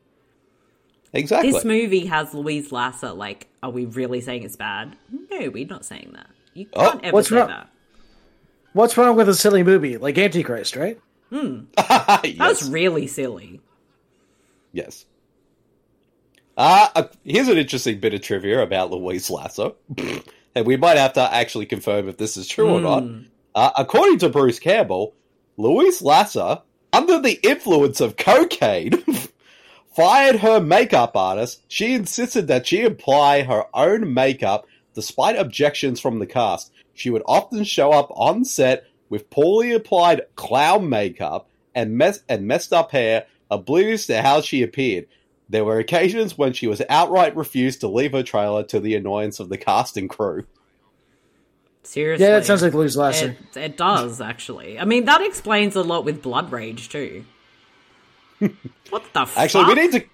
Speaker 8: Exactly.
Speaker 2: This movie has Louise Lasser. Like, are we really saying it's bad? No, we're not saying that. You
Speaker 8: Oh,
Speaker 2: can't ever
Speaker 5: what's
Speaker 2: say
Speaker 5: wrong-
Speaker 2: that.
Speaker 5: What's wrong with a silly movie like Antichrist? Right?
Speaker 8: yes.
Speaker 2: That was really silly.
Speaker 8: yes. Uh, uh, here's an interesting bit of trivia about Louise Lasser, and we might have to actually confirm if this is true or not. Uh, according to Bruce Campbell, Louise Lasser, under the influence of cocaine, fired her makeup artist. She insisted that she apply her own makeup despite objections from the cast. She would often show up on set with poorly applied clown makeup and, mess- and messed up hair, oblivious to how she appeared. There were occasions when she was outright refused to leave her trailer to the annoyance of the cast and crew.
Speaker 2: Seriously.
Speaker 5: Yeah, that sounds like Louise Lasser.
Speaker 2: It, it does, actually. I mean, that explains a lot with Blood Rage, too. what the fuck?
Speaker 8: Actually, we need to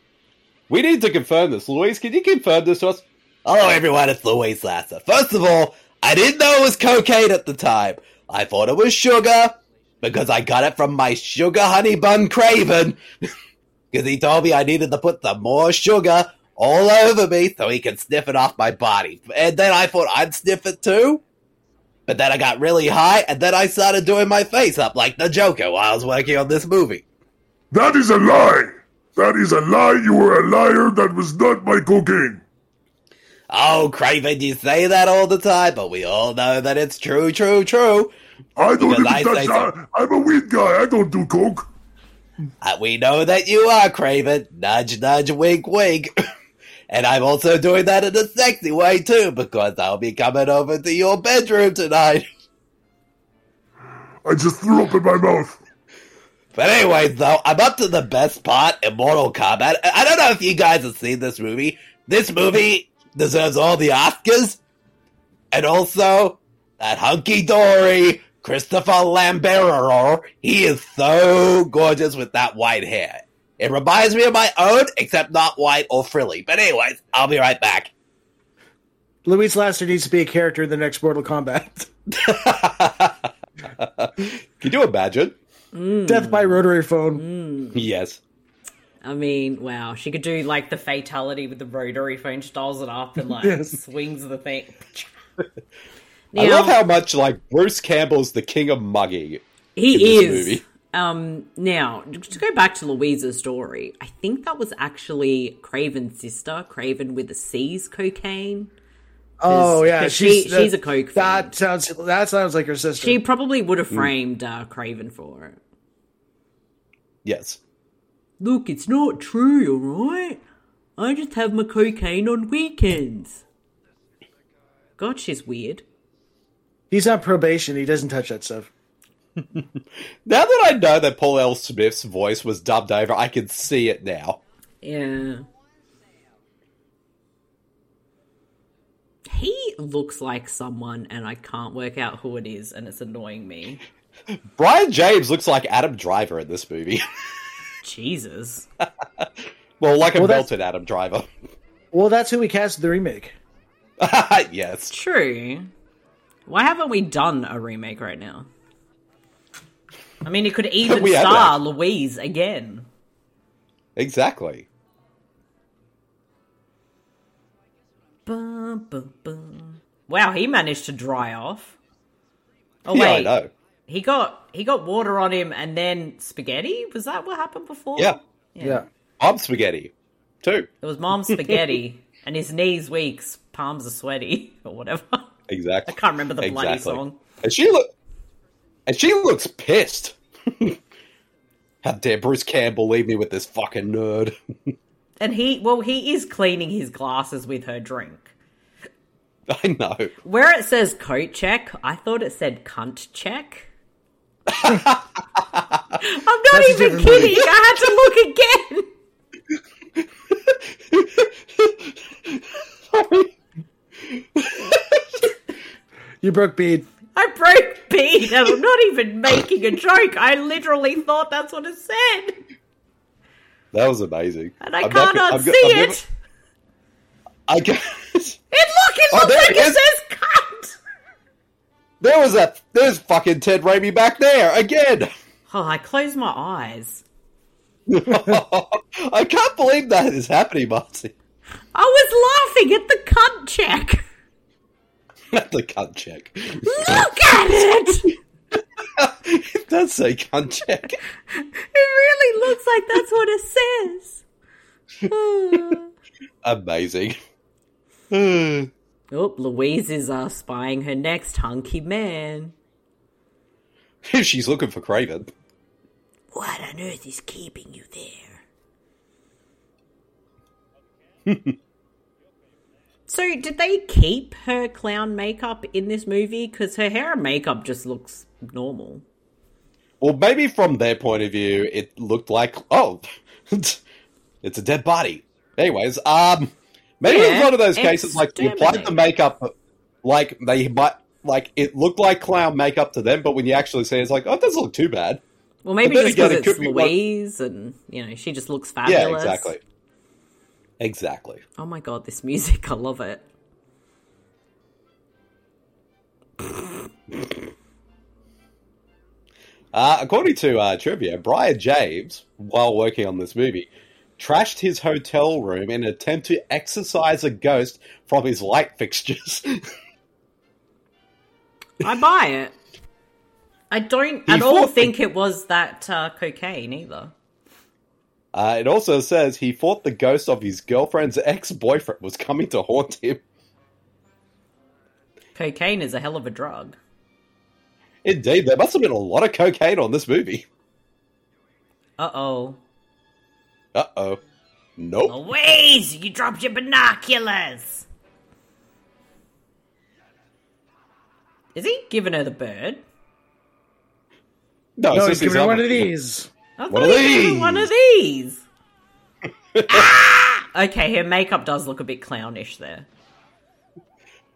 Speaker 8: we need to confirm this. Louise, can you confirm this to us? Hello, everyone. It's Louise Lasser. First of all, I didn't know it was cocaine at the time. I thought it was sugar because I got it from my sugar honey bun Craven because he told me I needed to put some more sugar all over me so he could sniff it off my body. And then I thought I'd sniff it too. But then I got really high, and then I started doing my face up like the Joker while I was working on this movie.
Speaker 4: That is a lie. That is a lie. You are a liar. That was not my cocaine.
Speaker 8: Oh, Craven, you say that all the time, but we all know that it's true, true, true.
Speaker 4: I don't
Speaker 8: Because
Speaker 4: even
Speaker 8: I say
Speaker 4: touch
Speaker 8: so.
Speaker 4: that. I'm a weed guy. I don't do coke.
Speaker 8: Uh, we know that you are, Craven. Nudge, nudge, wink, wink. and I'm also doing that in a sexy way, too, because I'll be coming over to your bedroom tonight.
Speaker 4: I just threw up in my mouth.
Speaker 8: But anyways, though, I'm up to the best part in Mortal Kombat. I- I don't know if you guys have seen this movie. This movie deserves all the Oscars, and also that hunky dory Christopher Lambert. He is so gorgeous with that white hair. It reminds me of my own, except not white or frilly. But anyways, I'll be right back.
Speaker 5: Louise Lasser needs to be a character in the next Mortal Kombat.
Speaker 8: Can you imagine?
Speaker 5: Death by rotary phone.
Speaker 8: Yes.
Speaker 2: I mean, wow. She could do like the fatality with the rotary phone, she dials it up and like
Speaker 5: Yes.
Speaker 2: swings the thing.
Speaker 8: I
Speaker 2: Now-
Speaker 8: love how much like Bruce Campbell's the king of mugging.
Speaker 2: He
Speaker 8: in this
Speaker 2: is.
Speaker 8: movie.
Speaker 2: Um, now, to go back to Louisa's story, I think that was actually Craven's sister, Craven with a C's cocaine.
Speaker 5: Oh yeah,
Speaker 2: 'cause
Speaker 5: she's
Speaker 2: she- she's a coke fan.
Speaker 5: That sounds that sounds like her sister.
Speaker 2: She probably would
Speaker 8: Mm.
Speaker 2: have framed uh, Craven for it.
Speaker 8: Yes.
Speaker 2: Look, it's not true, alright? I just have my cocaine on weekends. God, she's weird.
Speaker 5: He's on probation. He doesn't touch that stuff.
Speaker 8: Now that I know that Paul L. Smith's voice was dubbed over, I can see it now.
Speaker 2: Yeah. He looks like someone, and I can't work out who it is, and it's annoying me.
Speaker 8: Brian James looks like Adam Driver in this movie.
Speaker 2: Jesus.
Speaker 8: well, like a
Speaker 5: Well, that's-
Speaker 8: melted Adam Driver.
Speaker 5: Well, that's who we cast in the remake.
Speaker 8: yes.
Speaker 2: True. Why haven't we done a remake right now? I mean, it could even
Speaker 8: We have
Speaker 2: star
Speaker 8: that.
Speaker 2: Louise again.
Speaker 8: Exactly.
Speaker 2: Bum, bum, bum. Wow, he managed to dry off. Oh
Speaker 8: yeah, I
Speaker 2: wait,
Speaker 8: know.
Speaker 2: he got he got water on him, and then spaghetti. Was that what happened before?
Speaker 8: Yeah.
Speaker 2: yeah.
Speaker 8: I'm spaghetti. Too.
Speaker 2: It was mom's spaghetti, and his knees weak, s- palms are sweaty, or whatever. I
Speaker 8: Exactly.
Speaker 2: can't remember the bloody
Speaker 8: Exactly.
Speaker 2: song.
Speaker 8: And she look and she looks pissed. How dare Bruce Campbell leave me with this fucking nerd?
Speaker 2: And he, well, he is cleaning his glasses with her drink.
Speaker 8: I know.
Speaker 2: Where it says coat check, I thought it said cunt check. I'm not
Speaker 5: That's a
Speaker 2: even
Speaker 5: different movie.
Speaker 2: kidding. I had to look again.
Speaker 5: You broke bead.
Speaker 2: I broke beat, and I'm not even making a joke. I literally thought that's what it said,
Speaker 8: That was amazing.
Speaker 2: and I
Speaker 8: I'm not
Speaker 2: can't
Speaker 8: gonna- I'm
Speaker 2: unsee
Speaker 8: go-
Speaker 2: it.
Speaker 8: I'm never- I guess
Speaker 2: It look, it
Speaker 8: Oh,
Speaker 2: looks
Speaker 8: there
Speaker 2: like it,
Speaker 8: it is.
Speaker 2: says cunt.
Speaker 8: there was that there's fucking Ted Raimi back there again.
Speaker 2: Oh, I closed my eyes.
Speaker 8: I can't believe that is happening, Marty.
Speaker 2: I was laughing at the cunt check.
Speaker 8: At the cunt check.
Speaker 2: Look at it.
Speaker 8: it does say cunt check.
Speaker 2: It really looks like that's what it says. Oh.
Speaker 8: Amazing. Hmm.
Speaker 2: Oh, Louise is uh, spying her next hunky man.
Speaker 8: She's looking for Craven.
Speaker 2: What on earth is keeping you there? so, did they keep her clown makeup in this movie? Because her hair and makeup just looks normal.
Speaker 8: Well, maybe from their point of view, it looked like oh, it's a dead body. Anyways, um, maybe it
Speaker 2: Yeah,
Speaker 8: was one of those
Speaker 2: and
Speaker 8: cases like you applied the
Speaker 2: exterminate.
Speaker 8: makeup, but, like they might like it looked like clown makeup to them, but when you actually see it, it's like oh, it doesn't look too bad.
Speaker 2: Well, maybe
Speaker 8: then
Speaker 2: just
Speaker 8: again,
Speaker 2: because
Speaker 8: it could
Speaker 2: it's
Speaker 8: be one-
Speaker 2: Louise and, you know, she just looks
Speaker 8: Yeah,
Speaker 2: fabulous.
Speaker 8: exactly, exactly.
Speaker 2: Oh my god, this music, I love it.
Speaker 8: Uh, according to uh, trivia, Brian James, while working on this movie, trashed his hotel room in an attempt to exorcise a ghost from his light fixtures.
Speaker 2: I buy it. I don't at
Speaker 8: He
Speaker 2: all
Speaker 8: thought-
Speaker 2: think it was that uh, cocaine either.
Speaker 8: Uh, it also says he thought the ghost of his girlfriend's ex boyfriend was coming to haunt him.
Speaker 2: Cocaine is a hell of a drug.
Speaker 8: Indeed, there must have been a lot of cocaine on this movie.
Speaker 2: Uh oh.
Speaker 8: Uh oh. Nope.
Speaker 2: Louise, you dropped your binoculars. Is he giving her the bird?
Speaker 8: No,
Speaker 5: No, he's
Speaker 8: it's just
Speaker 5: giving her
Speaker 8: example.
Speaker 5: one of these.
Speaker 2: I
Speaker 8: One
Speaker 2: thought
Speaker 8: of
Speaker 2: he gave her one
Speaker 8: these.
Speaker 2: of these. Ah! Okay, her makeup does look a bit clownish there.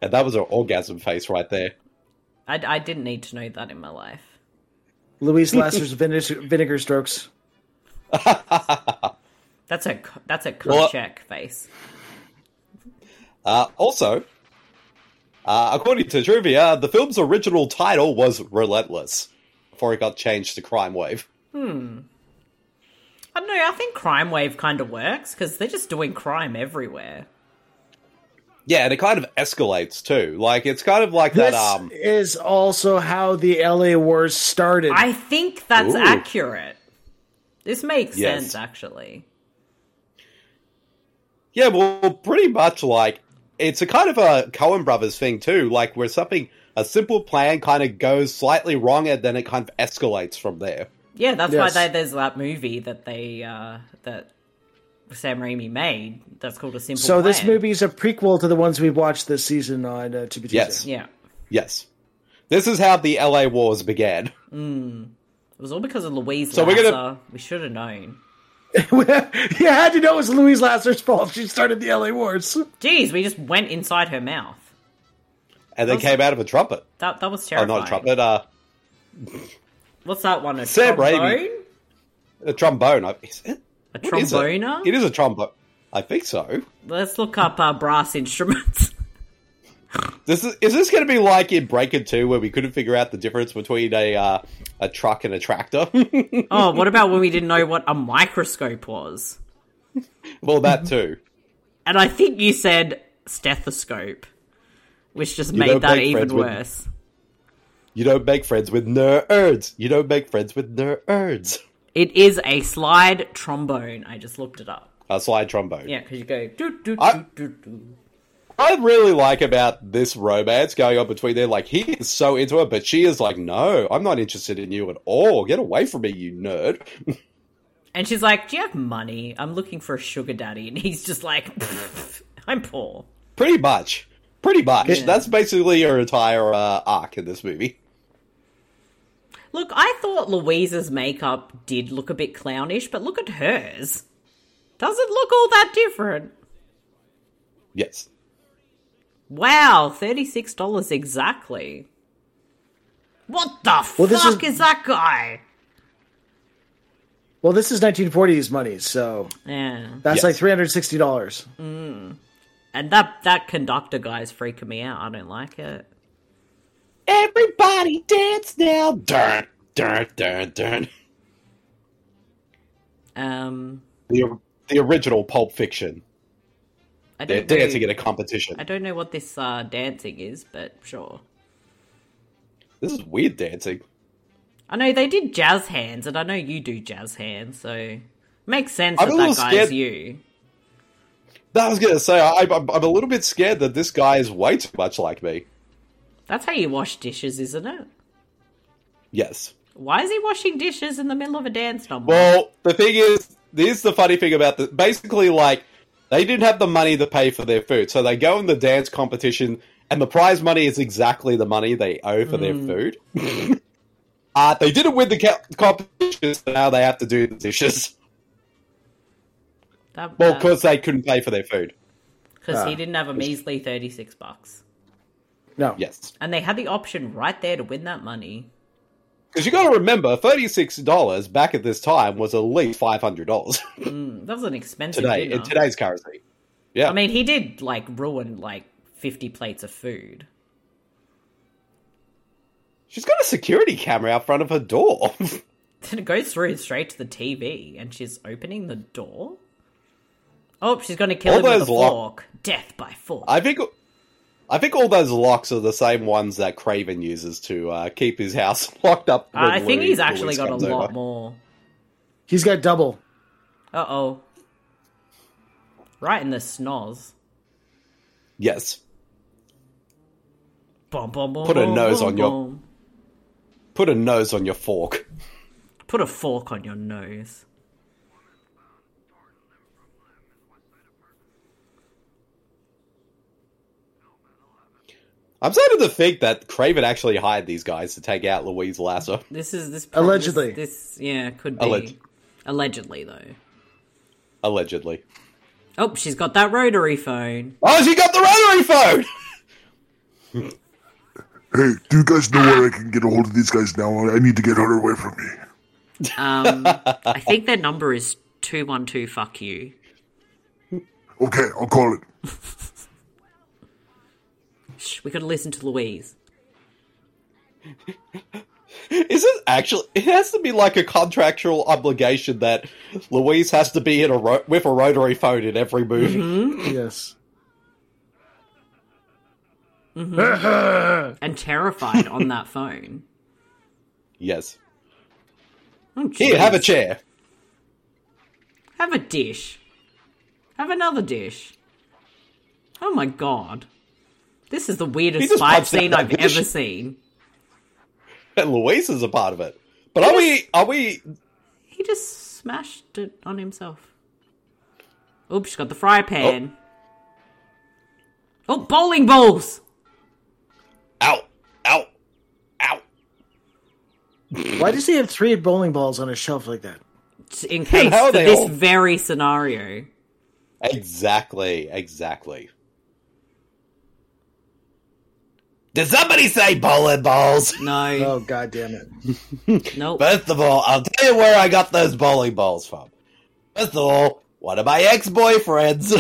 Speaker 8: And that was her orgasm face right there.
Speaker 2: I, I didn't need to know that in my life.
Speaker 5: Louise Lasser's vinegar, vinegar strokes.
Speaker 2: That's a c- that's a
Speaker 8: Well,
Speaker 2: cunt check face.
Speaker 8: Uh, also, uh, according to trivia, the film's original title was Relentless. before it got changed to Crime Wave.
Speaker 2: I don't know. I think Crime Wave kind of works because they're just doing crime everywhere.
Speaker 8: Yeah, and it kind of escalates too. Like it's kind of like
Speaker 5: This
Speaker 8: that. Um,
Speaker 5: is also how the LA Wars started.
Speaker 2: I think that's
Speaker 8: Ooh.
Speaker 2: accurate. This makes
Speaker 8: Yes.
Speaker 2: sense, actually.
Speaker 8: yeah, well, pretty much like it's a kind of a Cohen Brothers thing too. Like where something a simple plan kind of goes slightly wrong, and then it kind of escalates from there.
Speaker 2: Yeah, that's
Speaker 5: Yes.
Speaker 2: why they, there's that movie that they uh, that Sam Raimi made. That's called a simple.
Speaker 5: so this
Speaker 2: Plan.
Speaker 5: movie is a prequel to the ones we watched this season on uh, TBT.
Speaker 8: Yes.
Speaker 2: yeah,
Speaker 8: Yes, this is how the LA Wars began.
Speaker 2: it was all because of Louise.
Speaker 8: So
Speaker 2: So
Speaker 8: we're
Speaker 2: we
Speaker 8: gonna-
Speaker 2: should have known.
Speaker 5: you had to know it was Louise Lasser's fault. She started the LA Wars.
Speaker 2: Jeez, we just went inside her mouth.
Speaker 8: and they came out of a trumpet.
Speaker 2: That that was
Speaker 8: Oh,
Speaker 2: terrifying.
Speaker 8: not a trumpet, uh,
Speaker 2: What's that one? A
Speaker 8: Sam
Speaker 2: trombone?
Speaker 8: Raimi. a trombone. I- Is it?
Speaker 2: A
Speaker 8: What is it?
Speaker 2: tromboner?
Speaker 8: It is a trombone. I think so.
Speaker 2: Let's look up uh, brass instruments.
Speaker 8: This is, is this going to be like in Breaker Two, where we couldn't figure out the difference between a uh, a truck and a tractor?
Speaker 2: oh, what about when we didn't know what a microscope was?
Speaker 8: well, that too.
Speaker 2: And I think you said stethoscope, which just
Speaker 8: know,
Speaker 2: made that
Speaker 8: big
Speaker 2: even
Speaker 8: friends with-
Speaker 2: worse.
Speaker 8: You don't make friends with nerds. You don't make friends with nerds.
Speaker 2: It is a slide trombone. I just looked it up.
Speaker 8: A slide trombone.
Speaker 2: Yeah, because you go doo doo
Speaker 8: I-
Speaker 2: doo doo doo.
Speaker 8: I really like about this romance going on between them. Like he is so into her, but she is like, "No, I'm not interested in you at all. Get away from me, you nerd."
Speaker 2: And she's like, "Do you have money? I'm looking for a sugar daddy." And he's just like, "Pfft, "I'm poor."
Speaker 8: Pretty much. Pretty much. That's basically your entire uh, arc in this movie.
Speaker 2: Look, I thought Louise's makeup did look a bit clownish, but look at hers. Doesn't look all that different.
Speaker 8: Yes.
Speaker 2: Wow, thirty-six dollars exactly. What the
Speaker 5: Well, this
Speaker 2: fuck
Speaker 5: is-
Speaker 2: is that guy?
Speaker 5: Well, this is 1940s money, so
Speaker 2: Yeah.
Speaker 5: that's
Speaker 8: Yes.
Speaker 5: like $360.
Speaker 2: And that that conductor guy's freaking me out. I don't like it.
Speaker 8: Everybody dance now. Dun, dun, dun, dun.
Speaker 2: Um,
Speaker 8: The, the original Pulp Fiction.
Speaker 2: I
Speaker 8: They're
Speaker 2: don't know,
Speaker 8: dancing in a competition.
Speaker 2: I don't know what this uh, dancing is, but sure.
Speaker 8: This is weird dancing.
Speaker 2: I know they did jazz hands, and I know you do jazz hands, so makes sense
Speaker 8: I'm a
Speaker 2: that
Speaker 8: little
Speaker 2: that guy's
Speaker 8: scared-
Speaker 2: you.
Speaker 8: I was going to say, I, I'm, I'm a little bit scared that this guy is way too much like me.
Speaker 2: That's how you wash dishes, isn't it?
Speaker 8: Yes.
Speaker 2: Why is he washing dishes in the middle of a dance number?
Speaker 8: Well, the thing is, here's the funny thing about this. Basically, like, they didn't have the money to pay for their food. So they go in the dance competition, and the prize money is exactly the money they owe for
Speaker 2: Mm.
Speaker 8: their food. uh, they didn't win the ca- competition, so now they have to do the dishes.
Speaker 2: That-
Speaker 8: Well,
Speaker 2: uh,
Speaker 8: uh, because they couldn't pay for their food.
Speaker 2: Because he didn't have a measly 36 bucks.
Speaker 5: No.
Speaker 8: Yes.
Speaker 2: And they had the option right there to win that money.
Speaker 8: Because you got to remember, $36 back at this time was at least $500
Speaker 2: That was an expensive
Speaker 8: today,
Speaker 2: dinner.
Speaker 8: in today's currency. Yeah.
Speaker 2: I mean, he did, like, ruin, like, 50 plates of food.
Speaker 8: She's got a security camera out front of her door.
Speaker 2: Then it goes through straight to the TV, and she's opening the door. Oh, she's going to kill
Speaker 8: All
Speaker 2: him with a
Speaker 8: those lo-
Speaker 2: fork. Death by fork.
Speaker 8: I think, I think all those locks are the same ones that Craven uses to uh, keep his house locked up. when
Speaker 2: I think
Speaker 8: Louis-
Speaker 2: he's actually
Speaker 8: Louis
Speaker 2: got a
Speaker 8: comes
Speaker 2: lot
Speaker 8: over.
Speaker 2: more.
Speaker 5: He's got double.
Speaker 2: Uh oh. Right in the snoz.
Speaker 8: Yes,
Speaker 2: Bom, bom, bom,
Speaker 8: Put a
Speaker 2: bom,
Speaker 8: nose
Speaker 2: bom,
Speaker 8: on your-
Speaker 2: bom.
Speaker 8: put a nose on your fork.
Speaker 2: Put a fork on your nose.
Speaker 8: I'm starting to think that Craven actually hired these guys to take out Louise Lasser.
Speaker 2: This is this
Speaker 5: Allegedly.
Speaker 2: This, this- yeah could be
Speaker 8: Alleg-
Speaker 2: allegedly though.
Speaker 8: Allegedly.
Speaker 2: Oh, she's got that rotary phone.
Speaker 8: Oh, she got the rotary phone.
Speaker 4: Hey, do you guys know where I can get a hold of these guys now? I need to get her away from me.
Speaker 2: Um, I think their number is two one two. Fuck you.
Speaker 4: Okay, I'll call it.
Speaker 2: Shh, we could listen to Louise.
Speaker 1: Is it actually? It has to be like a contractual obligation that Louise has to be in a ro- with a rotary phone in every movie.
Speaker 2: Mm-hmm.
Speaker 5: yes.
Speaker 2: and terrified on that phone.
Speaker 1: Yes.
Speaker 2: Oh,
Speaker 1: Here, have a
Speaker 2: jeez.
Speaker 1: chair.
Speaker 2: Have a dish. Have another dish. Oh my god. This is the weirdest
Speaker 1: just
Speaker 2: fight
Speaker 1: punched out
Speaker 2: scene
Speaker 1: that
Speaker 2: I've
Speaker 1: dish.
Speaker 2: ever seen.
Speaker 1: And Louise is a part of it. But are we? Are we?
Speaker 2: He just smashed it on himself. Oops, got the fry pan. Oh, bowling balls!
Speaker 1: Out! Out! Out!
Speaker 5: Why does he have three bowling balls on a shelf like that?
Speaker 2: In case
Speaker 1: how are
Speaker 2: for
Speaker 1: they
Speaker 2: this
Speaker 1: all-
Speaker 2: very scenario.
Speaker 1: Exactly. Exactly. Did somebody say bowling balls?
Speaker 2: No,
Speaker 5: Oh god damn it!
Speaker 2: nope.
Speaker 1: First of all, I'll tell you where I got those bowling balls from. First of all, one of my ex boyfriends,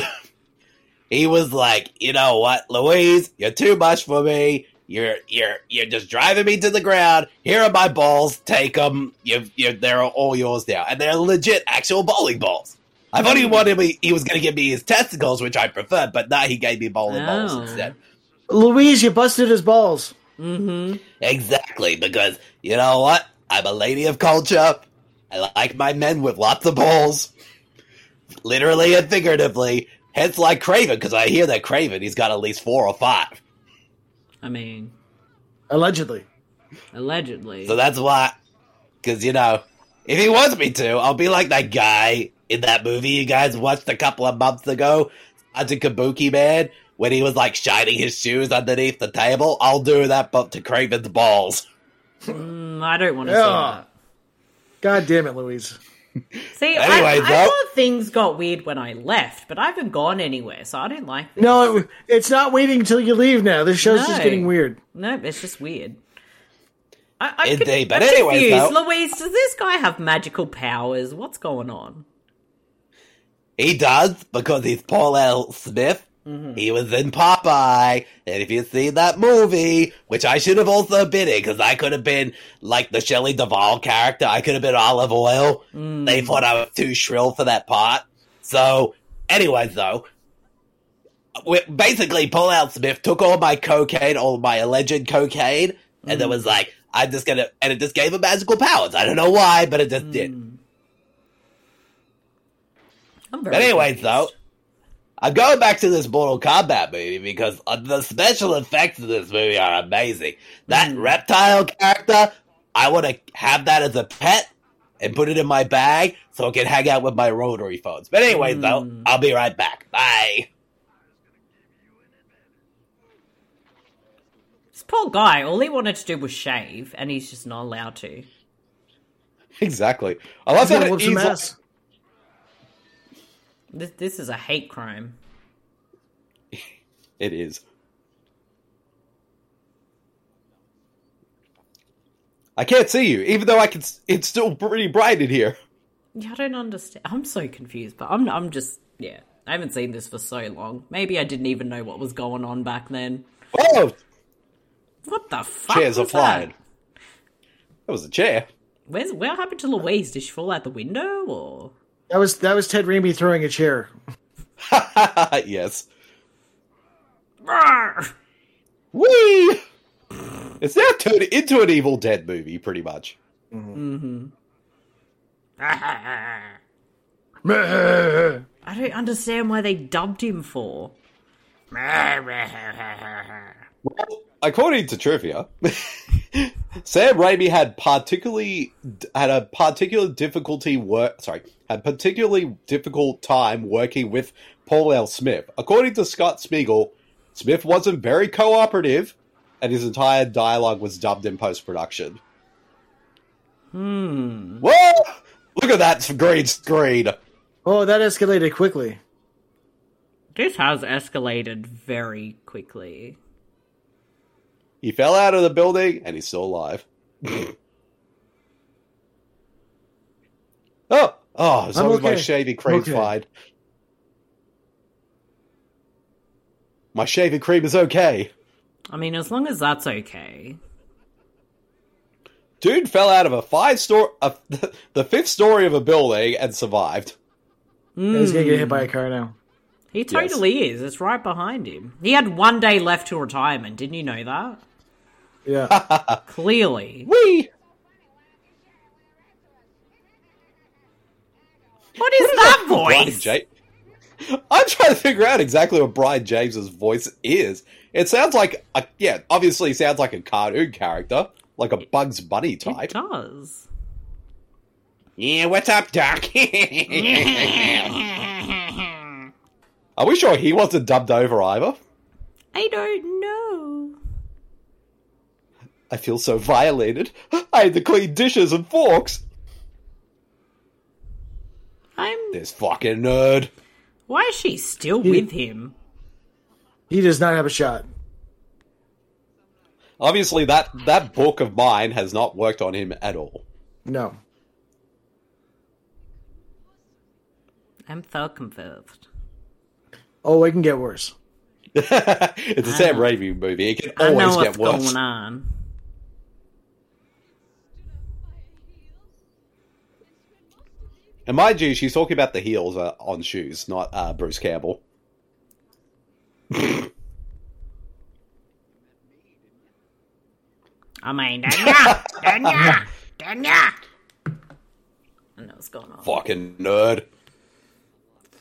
Speaker 1: he was like, you know what, Louise, you're too much for me. You're you're you're just driving me to the ground. Here are my balls. Take them. You you they're all yours now, and they're legit actual bowling balls. I thought he wanted me. He was going to give me his testicles, which I preferred, but now he gave me bowling balls
Speaker 2: Oh.
Speaker 1: instead.
Speaker 5: Louise, you busted his balls.
Speaker 2: Mm-hmm.
Speaker 1: Exactly, because you know what? I'm a lady of culture. I like my men with lots of balls, literally and figuratively. Hence, like Craven, because I hear that Craven he's got at least four or five.
Speaker 2: I mean,
Speaker 5: Allegedly.
Speaker 2: allegedly.
Speaker 1: So that's why, because you know, if he wants me to, I'll be like that guy in that movie you guys watched a couple of months ago, under Kabuki Man, when he was like shining his shoes underneath the table. I'll do that, but to Craven's balls.
Speaker 2: Mm, I don't want to
Speaker 5: Yeah. God damn it, Louise.
Speaker 2: see that. See, I,
Speaker 1: Anyway,
Speaker 2: I
Speaker 1: that-
Speaker 2: thought things got weird when I left, but I haven't gone anywhere, so I don't like this.
Speaker 5: No, it, it's not waiting until you leave now. This show's just
Speaker 2: No.
Speaker 5: getting weird.
Speaker 2: No, it's just weird. I, I
Speaker 1: Indeed,
Speaker 2: could-
Speaker 1: but
Speaker 2: I'm
Speaker 1: anyway,
Speaker 2: confused.
Speaker 1: though-
Speaker 2: Louise, does this guy have magical powers? What's going on?
Speaker 1: He does because he's Paul L. Smith. He was in Popeye, and if you see that movie, which I should have also been in, because I could have been like the Shelley Duvall character, I could have been Olive Oil. They thought I was too shrill for that part. So, anyways, though, we- basically, Paul L. Smith took all my cocaine, all my alleged cocaine, and then was like, "I'm just gonna," and it just gave him magical powers. I don't know why, but it just did.
Speaker 2: I'm very
Speaker 1: But anyways,
Speaker 2: confused.
Speaker 1: though, I'm going back to this Mortal Kombat movie because uh, the special effects of this movie are amazing. That
Speaker 8: Mm.
Speaker 1: reptile character, I want to have that as a pet and put it in my bag so I can hang out with my rotary phones. But anyways, though,
Speaker 8: Mm.
Speaker 1: I'll be right back. Bye.
Speaker 2: this poor guy, all he wanted to do was shave, and he's just not allowed to.
Speaker 1: Exactly. I love
Speaker 5: He's gonna whoop some ass.
Speaker 2: This, this is a hate crime.
Speaker 1: It is. I can't see you, even though I can. s- It's still pretty bright in here.
Speaker 2: Yeah, I don't understand. I'm so confused, but I'm I'm just yeah. I haven't seen this for so long. Maybe I didn't even know what was going on back then.
Speaker 1: Oh,
Speaker 2: What the fuck?
Speaker 1: chairs are
Speaker 2: was that?
Speaker 1: flying. That was a chair.
Speaker 2: Where's what happened to Louise? Did she fall out the window or?
Speaker 5: That was that was Ted Raimi throwing a chair.
Speaker 1: yes.
Speaker 2: Rawr!
Speaker 1: Whee! It's now turned into an Evil Dead movie, pretty much.
Speaker 2: I don't understand why they dubbed him for.
Speaker 1: Well, according to trivia, Sam Raimi had particularly had a particular difficulty work. Sorry, had particularly difficult time working with Paul L. Smith. According to Scott Spiegel, Smith wasn't very cooperative, and his entire dialogue was dubbed in post production. Hmm. Whoa! Look at that green screen.
Speaker 5: Oh, that escalated quickly.
Speaker 2: This has escalated very quickly.
Speaker 1: He fell out of the building and he's still alive. oh, oh, as
Speaker 5: I'm
Speaker 1: long as my
Speaker 5: okay.
Speaker 1: shaving cream's
Speaker 5: Okay.
Speaker 1: fine. My shaving cream is okay.
Speaker 2: I mean, as long as that's okay.
Speaker 8: Dude fell out of a five store, a, the fifth story of a building and survived.
Speaker 5: He's gonna get hit by a car now.
Speaker 2: He totally is. It's right behind him. He had one day left to retirement. Didn't you know that?
Speaker 5: Yeah.
Speaker 2: Clearly.
Speaker 8: Wee.
Speaker 2: What is that
Speaker 8: Brian
Speaker 2: voice?
Speaker 8: James. I'm trying to figure out exactly what Brian James's voice is. It sounds like, a, yeah, obviously, it sounds like a cartoon character, like a Bugs Bunny
Speaker 2: It
Speaker 8: type.
Speaker 2: does.
Speaker 8: Yeah, what's up, Doc? Mm. Are we sure he wasn't dubbed over either?
Speaker 2: I don't know.
Speaker 8: I feel so violated. I had to clean dishes and forks.
Speaker 2: I'm.
Speaker 8: This fucking nerd.
Speaker 2: Why is she still with him?
Speaker 5: He does not have a shot.
Speaker 8: Obviously, that that book of mine has not worked on him at all.
Speaker 5: No.
Speaker 2: I'm circumcised.
Speaker 5: Oh, it can get worse.
Speaker 8: it's a Sam Raimi movie. It can
Speaker 2: I know
Speaker 8: always
Speaker 2: what's
Speaker 8: get worse.
Speaker 2: going on.
Speaker 8: And mind you, she's talking about the heels uh, on shoes, not uh, Bruce Campbell.
Speaker 2: I mean, Danya, Danya, Danya. I know what's going on.
Speaker 8: Fucking nerd.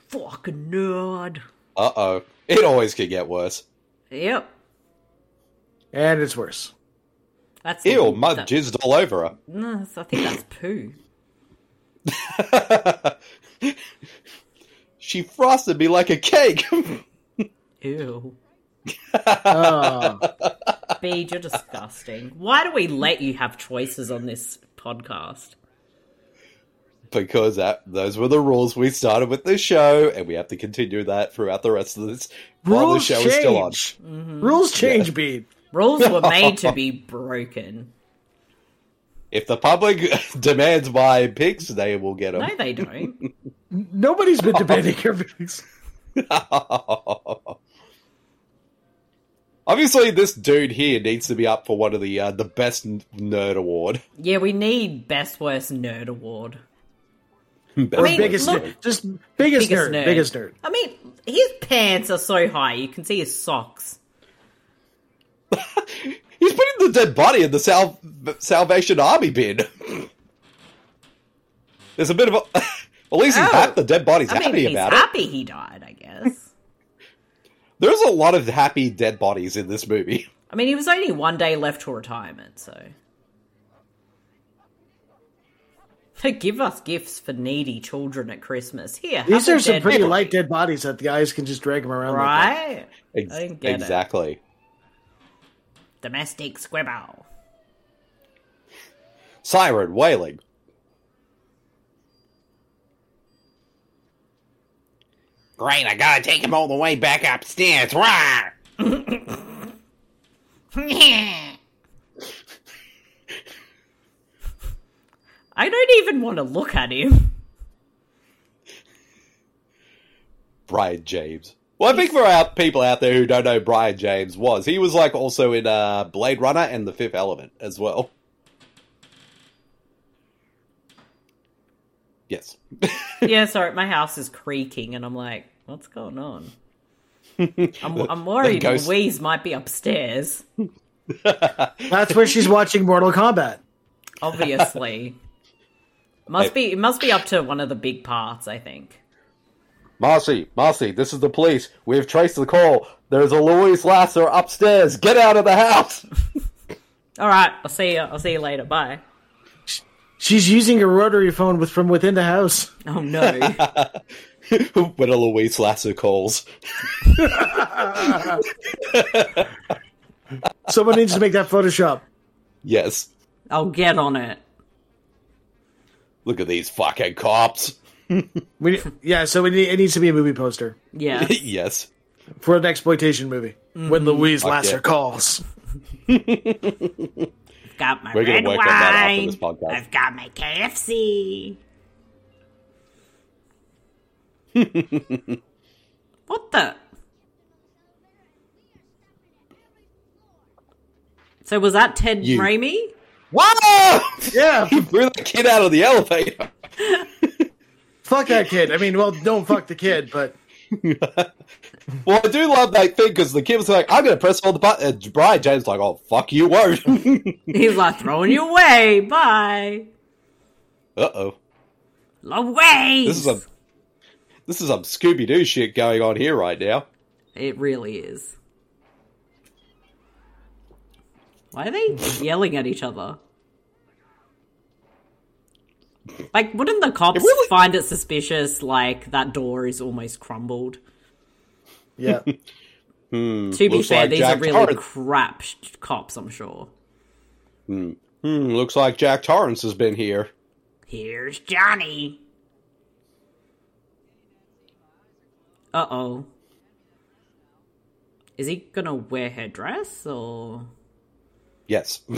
Speaker 2: Fucking nerd.
Speaker 8: Uh oh. It always could get worse.
Speaker 2: Yep.
Speaker 5: And it's worse.
Speaker 2: That's the-
Speaker 8: Ew, mud
Speaker 2: that-
Speaker 8: jizzed all over her.
Speaker 2: No, that's- I think that's poo.
Speaker 8: She frosted me like a cake.
Speaker 2: Ew.
Speaker 5: Oh,
Speaker 2: Bede, you're disgusting. Why do we let you have choices on this podcast?
Speaker 8: because that, those were the rules we started with the show, and we have to continue that throughout the rest of this while the
Speaker 5: rules
Speaker 8: show is still on.
Speaker 5: change. Rules change, Bede.
Speaker 2: Rules were made to be broken.
Speaker 8: If the public demands my picks, they will get them.
Speaker 2: No, they don't.
Speaker 5: Nobody's been debating your picks.
Speaker 8: Obviously, this dude here needs to be up for one of the uh, the best n- nerd award.
Speaker 2: Yeah, we need Best Worst Nerd Award.
Speaker 8: Best
Speaker 5: Or
Speaker 2: mean,
Speaker 8: nerd.
Speaker 5: biggest
Speaker 2: look-
Speaker 5: nerd. Just
Speaker 2: Biggest
Speaker 5: biggest, nerd,
Speaker 2: nerd.
Speaker 5: Biggest nerd.
Speaker 2: I mean, his pants are so high, you can see his socks.
Speaker 8: He's putting the dead body in the Sal- Salvation Army bin. There's a bit of a. At least he's
Speaker 2: Oh.
Speaker 8: happy. The dead body's
Speaker 2: I mean,
Speaker 8: happy
Speaker 2: he's
Speaker 8: about it.
Speaker 2: happy he died, I guess.
Speaker 8: There's a lot of happy dead bodies in this movie.
Speaker 2: I mean, he was only one day left to retirement, so. Give us gifts for needy children at Christmas. Here, have
Speaker 5: These
Speaker 2: a
Speaker 5: are some
Speaker 2: dead
Speaker 5: pretty
Speaker 2: body.
Speaker 5: light dead bodies that the guys can just drag them around. like that.
Speaker 2: right?
Speaker 8: Ex-
Speaker 2: I didn't get it.
Speaker 8: exactly.
Speaker 2: Domestic squibble.
Speaker 8: Siren wailing. Great, I gotta take him all the way back upstairs. Rah!
Speaker 2: I don't even want to look at him.
Speaker 8: Brian James. Well, I think for our people out there who don't know who Brian James was, he was like also in uh, Blade Runner and The Fifth Element as well. Yes.
Speaker 2: yeah, sorry, my house is creaking, and I'm like, what's going on? I'm, I'm worried
Speaker 8: ghost-
Speaker 2: Louise might be upstairs.
Speaker 5: That's where she's watching Mortal Kombat.
Speaker 2: Obviously, must be it must be up to one of the big parts. I think.
Speaker 8: Marcy, Marcy, this is the police. We have traced the call. There's a Louise Lasser upstairs. Get out of the house.
Speaker 2: All right, I'll see you. I'll see you later. Bye.
Speaker 5: She's using a rotary phone with from within the house.
Speaker 2: Oh no.
Speaker 8: when a Louise Lasser calls.
Speaker 5: Someone needs to make that Photoshop.
Speaker 8: Yes.
Speaker 2: I'll get on it.
Speaker 8: Look at these fucking cops.
Speaker 5: We yeah, so it, ne- it needs to be a movie poster
Speaker 2: Yeah.
Speaker 8: yes.
Speaker 5: for an exploitation movie.
Speaker 2: Mm-hmm.
Speaker 5: When Louise Lasser
Speaker 8: yeah.
Speaker 5: calls,
Speaker 2: Got my
Speaker 8: We're gonna
Speaker 2: red
Speaker 8: work
Speaker 2: wine.
Speaker 8: on that after this podcast.
Speaker 2: I've got my KFC. what the? So was that Ted
Speaker 8: You.
Speaker 2: Raimi?
Speaker 8: Whoa!
Speaker 5: Yeah,
Speaker 8: he threw the kid out of the elevator.
Speaker 5: fuck that kid. I mean, well, don't fuck the kid, but
Speaker 8: Well, I do love that thing because the kid was like, "I'm going to press all the buttons." And Brian James like, "Oh fuck, you won't." uh
Speaker 2: He's like throwing you away. Bye.
Speaker 8: oh,
Speaker 2: Away.
Speaker 8: this is a this is some Scooby Doo shit going on here right now.
Speaker 2: It really is. Why are they yelling at each other? Like, wouldn't the cops
Speaker 8: really-
Speaker 2: find it suspicious? Like that door is almost crumbled.
Speaker 5: yeah.
Speaker 2: to be
Speaker 8: Mm, looks
Speaker 2: fair,
Speaker 8: like
Speaker 2: these
Speaker 8: Jack
Speaker 2: are really
Speaker 8: Torrance.
Speaker 2: crap sh- cops. I'm sure.
Speaker 8: Hmm, looks like Jack Torrance has been here.
Speaker 2: Here's Johnny. Uh oh. Is he gonna wear her dress or?
Speaker 8: Yes.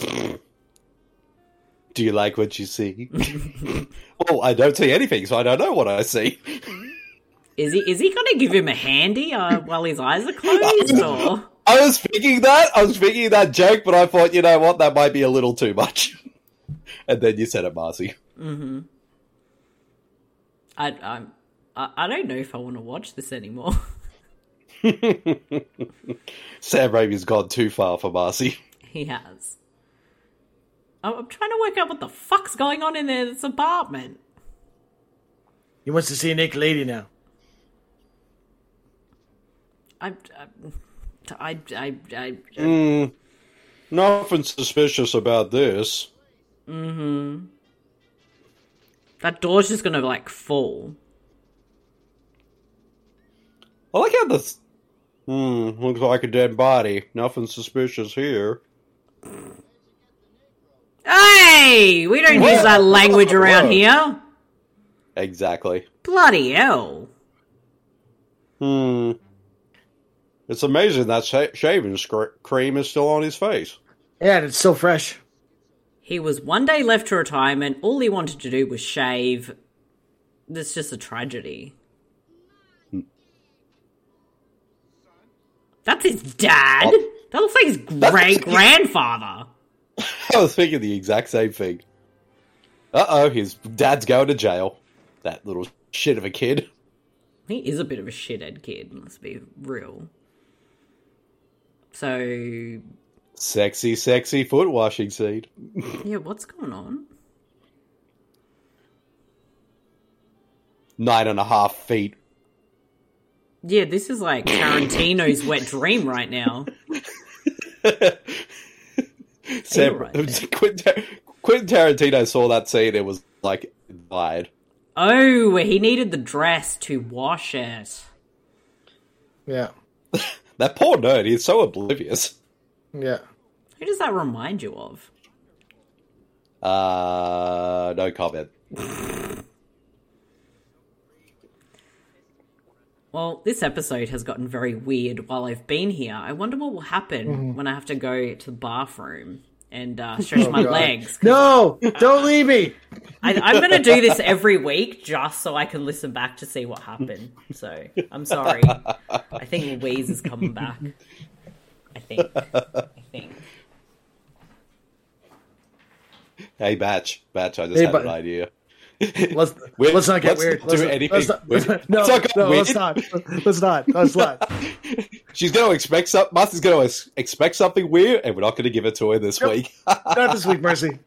Speaker 8: do you like what you see? well, I don't see anything, so I don't know what I see.
Speaker 2: Is he is he gonna give him a handy uh, while his eyes are closed? Or
Speaker 8: I was thinking that. I was thinking that joke, but I thought, you know what, that might be a little too much. and then you said it, Marcy.
Speaker 2: I I'm, I I don't know if I want to watch this anymore.
Speaker 8: Sam Raimi's gone too far for Marcy.
Speaker 2: he has. I'm, I'm trying to work out what the fuck's going on in this apartment.
Speaker 5: He wants to see Nick Lady now.
Speaker 2: I I I I, I
Speaker 8: Nothing suspicious about this.
Speaker 2: that door's just gonna like fall.
Speaker 8: I like how this. Hmm, looks like a dead body. Nothing suspicious here.
Speaker 2: Hey, we don't use that language around here.
Speaker 8: Exactly.
Speaker 2: Bloody hell!
Speaker 8: Hmm. It's amazing that sha- shaving scr- cream is still on his face.
Speaker 5: Yeah, and it's still fresh.
Speaker 2: He was one day left to retirement. All he wanted to do was shave. That's just a tragedy. That's his dad. That looks like his great grandfather.
Speaker 8: I was thinking the exact same thing. Uh oh, his dad's going to jail. That little shit of a kid.
Speaker 2: He is a bit of a shithead kid. Let's be real. So yeah,
Speaker 8: Sexy, sexy foot washing seed.
Speaker 2: what's going on?
Speaker 8: Nine and a half feet.
Speaker 2: Yeah, this is like Tarantino's wet dream right now.
Speaker 8: Sam,
Speaker 2: right
Speaker 8: Quentin, Tar- Quentin Tarantino saw that scene. It was like inspired.
Speaker 2: Oh, where he needed the dress to wash it.
Speaker 5: Yeah,
Speaker 8: That poor nerd. He's so oblivious.
Speaker 5: yeah.
Speaker 2: Who does that remind you of?
Speaker 8: Uh, no comment.
Speaker 2: Well, this episode has gotten very weird while I've been here. I wonder what will happen
Speaker 5: Mm-hmm.
Speaker 2: when I have to go to the bathroom and uh, stretch my
Speaker 5: Oh God.
Speaker 2: legs.
Speaker 5: No, don't leave me.
Speaker 2: I, I'm going to do this every week just so I can listen back to see what happened. So I'm sorry. I think Louise is coming back. I think. I think.
Speaker 8: Hey, Batch. Batch, I just
Speaker 5: Hey,
Speaker 8: had
Speaker 5: Bat-
Speaker 8: an idea.
Speaker 5: Let's
Speaker 8: We're-
Speaker 5: let's not get
Speaker 8: let's
Speaker 5: weird.
Speaker 8: not
Speaker 5: Let's
Speaker 8: do
Speaker 5: not-
Speaker 8: anything
Speaker 5: Let's not, let's not,
Speaker 8: weird.
Speaker 5: no,
Speaker 8: Let's not go
Speaker 5: no, let's
Speaker 8: weird.
Speaker 5: not. Let's not. Let's not.
Speaker 8: She's going to expect something. Marcy's going to expect something weird, and we're not going to give it to her this week.
Speaker 5: Not this week, Mercy.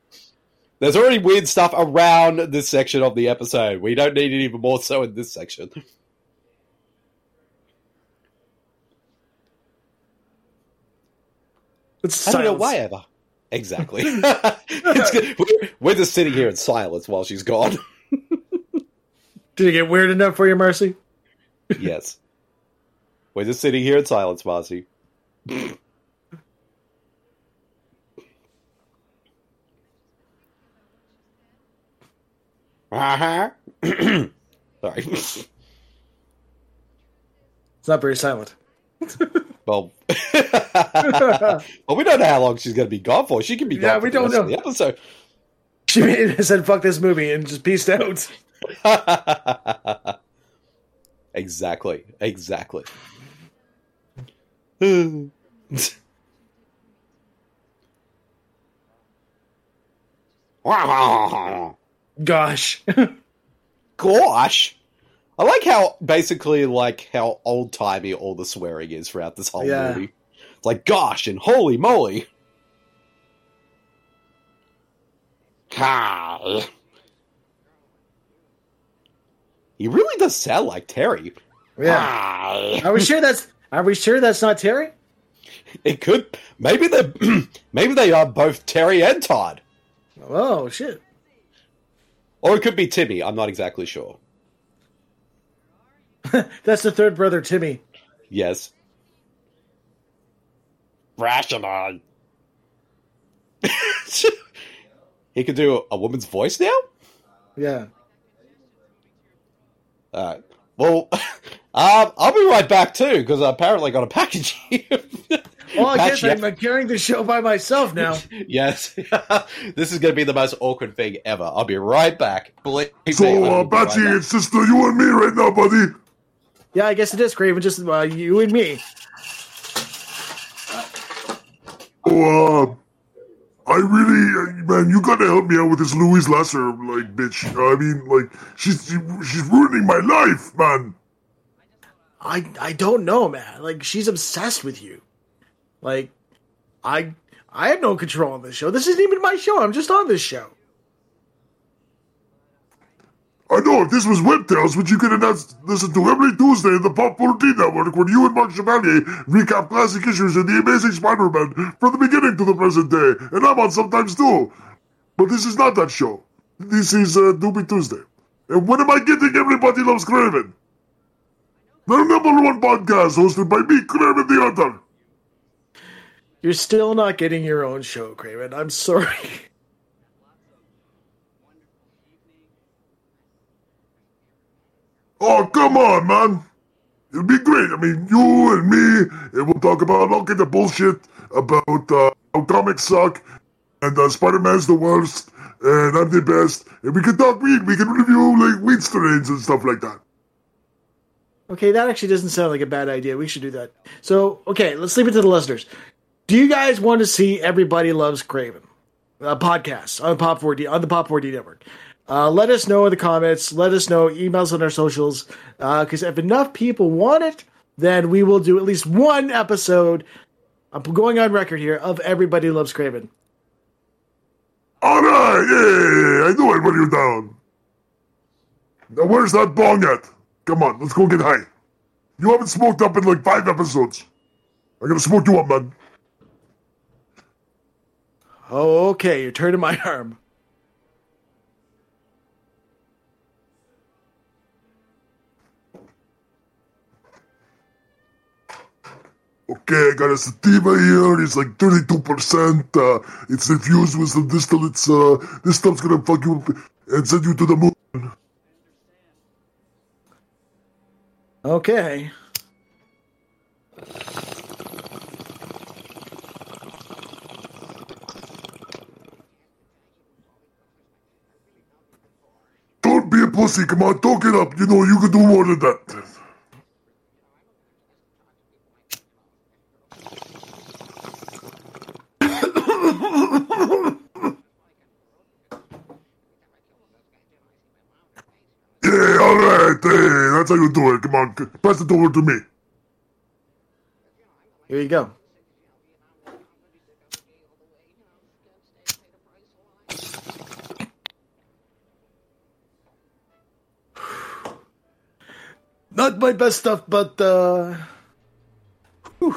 Speaker 8: There's already weird stuff around this section of the episode. We don't need it even more so in this section.
Speaker 5: It's
Speaker 8: I don't know
Speaker 5: silence.
Speaker 8: why ever. Exactly. It's good. We're- we're just sitting here in silence while she's gone.
Speaker 5: Did it get weird enough for you, Mercy?
Speaker 8: yes. We're just sitting here in silence, Marcy. uh-huh. Sorry.
Speaker 5: It's not very silent.
Speaker 8: Well, well, we don't know how long she's going to be gone for. She can be gone
Speaker 5: Yeah,
Speaker 8: for
Speaker 5: we
Speaker 8: the
Speaker 5: don't
Speaker 8: rest of
Speaker 5: know.
Speaker 8: the episode.
Speaker 5: She made- said, "Fuck this movie," and just peaced out.
Speaker 8: exactly. Exactly.
Speaker 5: Gosh.
Speaker 1: Gosh. I like how basically like how old timey all the swearing is throughout this whole
Speaker 5: Yeah.
Speaker 1: movie. It's like gosh and holy moly. Hi. He really does sound like Terry.
Speaker 5: Yeah.
Speaker 1: Hi.
Speaker 5: Are we sure that's are we sure that's not Terry?
Speaker 1: It could maybe they maybe they are both Terry and Todd.
Speaker 5: Oh shit.
Speaker 1: Or it could be Timmy, I'm not exactly sure.
Speaker 5: That's the third brother Timmy.
Speaker 1: Yes. Rational. he could do a woman's voice now?
Speaker 5: Yeah.
Speaker 1: Alright. Well, um, I'll be right back too, because I apparently got a package here.
Speaker 5: Well, Oh, I guess
Speaker 1: Patch, yeah.
Speaker 5: I'm carrying the show by myself now.
Speaker 1: Yes. this is going to be the most awkward thing ever. I'll be right back. Believe me, I
Speaker 4: So,
Speaker 1: will
Speaker 4: uh,
Speaker 1: be right
Speaker 4: Batsy,
Speaker 1: back.
Speaker 4: it's just uh, you and me right now, buddy.
Speaker 5: Yeah, I guess it is Craven, just uh, you and me.
Speaker 4: Oh, uh, I really, uh, man, you gotta help me out with this Louise Lesser, like, bitch. I mean, like, she's she, she's ruining my life, man.
Speaker 5: I I don't know, man. Like she's obsessed with you. Like I I have no control on this show. This isn't even my show. I'm just on this show.
Speaker 4: I know if this was Web Tales, which you can announce, listen to every Tuesday in the Pop 14 Network, when you and Mark Chevalier recap classic issues of The Amazing Spider Man from the beginning to the present day, and I'm on sometimes too. But this is not that show. This is uh, Doobie Tuesday. And when am I getting Everybody Loves Craven? The number one podcast hosted by me, Craven the Hunter.
Speaker 5: You're still not getting your own show, Craven. I'm sorry.
Speaker 4: Oh, come on, man. It'll be great. I mean, you and me, and we'll talk about all kinds of bullshit about uh, how comics suck, and uh, Spider-Man's the worst, and I'm the best, and we can talk weed. We can review, like, weed strains and stuff like that.
Speaker 5: Okay, that actually doesn't sound like a bad idea. We should do that. So, okay, let's leave it to the listeners. Do you guys want to see Everybody Loves Craven? A podcast on Pop 4D on the Pop 4D network. Uh, let us know in the comments. Let us know emails on our socials. Because if enough people want it, then we will do at least one episode. I'm going on record here of Everybody Loves Craven.
Speaker 4: All right, yeah, I knew I'd run you down. Now, where's that bong at? Come on, let's go get high. You haven't smoked up in, like, five episodes. I'm gonna smoke you up, man.
Speaker 5: Oh, okay, you're turning my arm.
Speaker 4: Okay, I got a sativa here. It's like 32%. Uh, it's infused with some distillates. Uh, this stuff's gonna fuck you up and send you to the moon.
Speaker 5: Okay.
Speaker 4: Don't be a pussy. Come on, talk it up. You know, you can do more than that. yeah, all right. Hey, that's how you do it. Come on, c- pass it over to me.
Speaker 5: Here you go. Not my best stuff, but uh whew.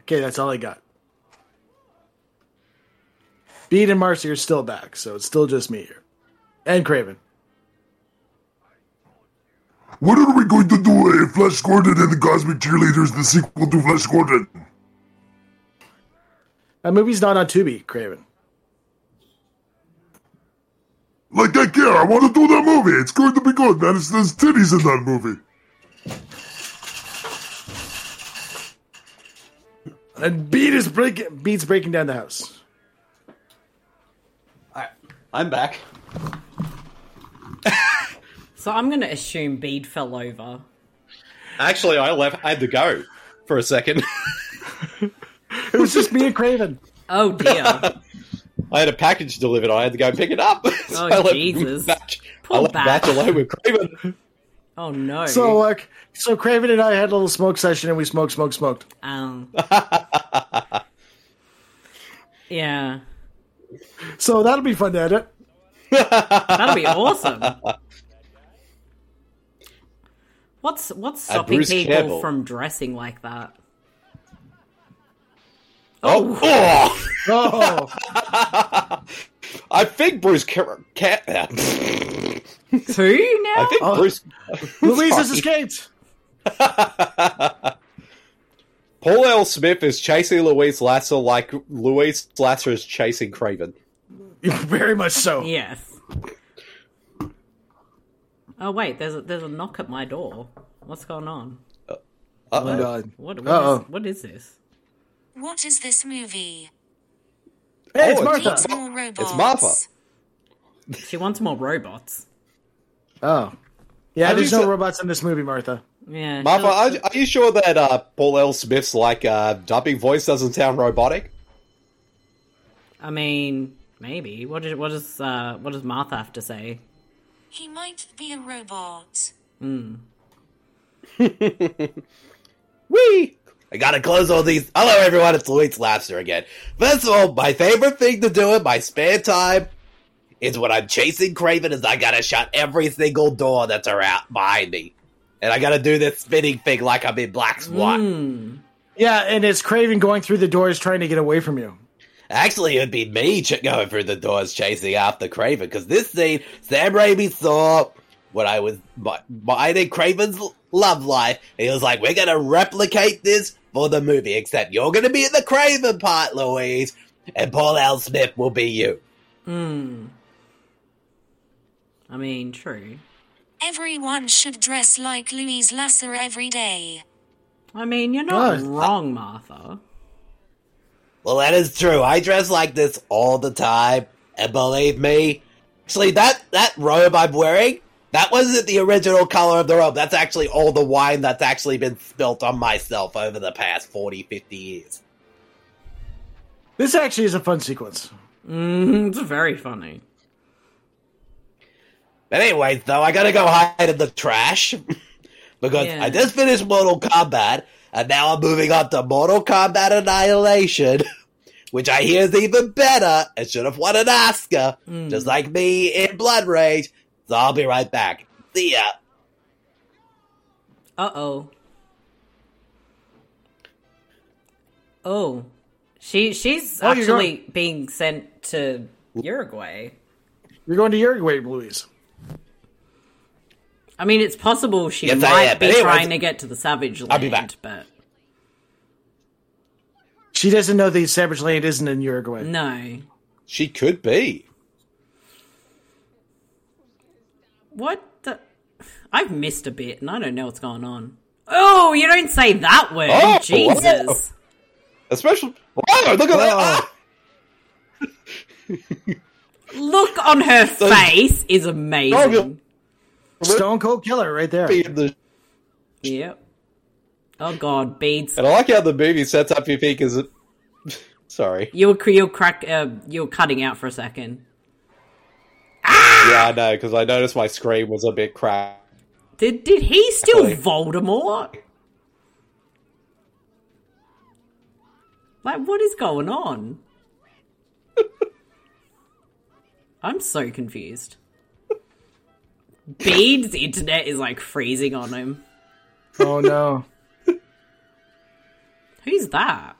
Speaker 5: Okay, that's all I got. Bede and Marcy are still back, so it's still just me here. And Craven.
Speaker 4: What are we going to do if Flash Gordon and the Cosmic Cheerleaders, the sequel to Flash Gordon?
Speaker 5: That movie's not on Tubi, Craven.
Speaker 4: Like, I care. I want to do that movie. It's going to be good, man. It's, there's titties in that movie.
Speaker 5: And Beat is breaking Beat's breaking down the house.
Speaker 1: I'm back.
Speaker 2: So I'm going to assume Bede fell over.
Speaker 1: Actually, I left. I had to go for a second.
Speaker 5: It was just me and Craven.
Speaker 2: Oh dear.
Speaker 1: I had a package delivered. I had to go pick it up. So
Speaker 2: Oh,
Speaker 1: I left
Speaker 2: Jesus.
Speaker 1: Batch, I
Speaker 2: Poor
Speaker 1: left
Speaker 2: Batch.
Speaker 1: Batch alone with Craven.
Speaker 2: Oh no.
Speaker 5: So like, so Craven and I had a little smoke session, and we smoked, smoked, smoked.
Speaker 2: um, yeah,
Speaker 5: So that'll be fun to edit.
Speaker 2: that'll be awesome. What's what's
Speaker 1: Uh,
Speaker 2: stopping
Speaker 1: Bruce
Speaker 2: people
Speaker 1: Campbell.
Speaker 2: from dressing like that?
Speaker 1: Oh, oh.
Speaker 5: Oh,
Speaker 1: I think Bruce Ca- Ca-
Speaker 2: Two now?
Speaker 1: I think Bruce
Speaker 5: Louise has escaped.
Speaker 1: Paul L. Smith is chasing Louise Lasser like Louise Lasser is chasing Craven.
Speaker 5: Very much so.
Speaker 2: Yes. Oh wait, there's a, there's a knock at my door. What's going on?
Speaker 5: Oh,
Speaker 1: Uh-oh.
Speaker 5: God.
Speaker 2: What
Speaker 5: Uh-oh.
Speaker 2: what is, what is this?
Speaker 9: What is this movie?
Speaker 1: Oh,
Speaker 5: Hey, it's
Speaker 1: it's
Speaker 5: Martha.
Speaker 9: Needs more robots.
Speaker 1: It's Martha.
Speaker 2: She wants more robots.
Speaker 5: Oh, yeah.
Speaker 1: Have
Speaker 5: There's
Speaker 1: you
Speaker 5: no
Speaker 1: se-
Speaker 5: robots in this movie, Martha.
Speaker 2: Yeah.
Speaker 1: Martha,
Speaker 2: she'll-
Speaker 1: are, are you sure that uh, Paul L. Smith's like uh, dubbing voice doesn't sound robotic?
Speaker 2: I mean, maybe. What does what does uh, what does Martha have to say?
Speaker 9: He might be a robot.
Speaker 1: Wee! I gotta close all these. Hello, everyone. It's Louise Lapster again. First of all, my favorite thing to do in my spare time is when I'm chasing Craven. Is I gotta shut every single door that's around behind me, and I gotta do this spinning thing like I'm in Black Swan.
Speaker 2: Hmm.
Speaker 5: Yeah, and it's Craven going through the doors trying to get away from you.
Speaker 1: Actually, it'd be me ch- going through the doors chasing after Craven, because this scene Sam Raimi saw when I was mi- mining Craven's l- love life, and he was like, we're going to replicate this for the movie, except you're going to be in the Craven part, Louise, and Paul L. Smith will be you.
Speaker 2: I mean, true.
Speaker 9: Everyone should dress like Louise Lasser every day.
Speaker 2: I mean, you're not
Speaker 5: God.
Speaker 2: wrong, Martha.
Speaker 1: Well, that is true. I dress like this all the time, and believe me, actually, that, that robe I'm wearing, that wasn't the original color of the robe. That's actually all the wine that's actually been spilt on myself over the past 40, 50 years.
Speaker 5: This actually is a fun sequence.
Speaker 1: Mm-hmm,
Speaker 2: Mm, it's very funny.
Speaker 1: But anyways, though, I gotta go hide in the trash because
Speaker 2: Yeah.
Speaker 1: I just finished Mortal Kombat, and now I'm moving on to Mortal Kombat Annihilation, which I hear is even better and should have won an Oscar, just like me in Blood Rage. So I'll be right back. See ya.
Speaker 2: Uh oh. Oh, she she's
Speaker 5: Oh, you're
Speaker 2: actually being sent to Uruguay.
Speaker 5: You're going to Uruguay, Louise.
Speaker 2: I mean, it's possible she
Speaker 1: Yes, I
Speaker 2: might
Speaker 1: am,
Speaker 2: be
Speaker 1: but anyways-
Speaker 2: trying to get to the Savage Land,
Speaker 1: I'll be
Speaker 2: but
Speaker 5: She doesn't know the Savage Land isn't in Uruguay.
Speaker 2: no.
Speaker 1: She could be.
Speaker 2: What the? I've missed a bit, and I don't know what's going on. Oh, you don't say that word,
Speaker 1: Oh, wow.
Speaker 2: Jesus!
Speaker 1: Especially. Oh, look at that. Ah!
Speaker 2: Look on her face is amazing.
Speaker 1: Oh, yeah.
Speaker 5: Stone Cold Killer, right there.
Speaker 1: Be in the-
Speaker 2: Yep. Oh God, beads.
Speaker 1: And I like how the movie sets up your think is. Sorry.
Speaker 2: You were you were crack. Uh, you were cutting out for a second.
Speaker 1: Yeah, I know, because I noticed my screen was a bit cracked.
Speaker 2: Did did he still
Speaker 1: Actually.
Speaker 2: Voldemort? Like, what is going on? I'm so confused. Bede's internet is like freezing on him.
Speaker 5: Oh no,
Speaker 2: Who's that?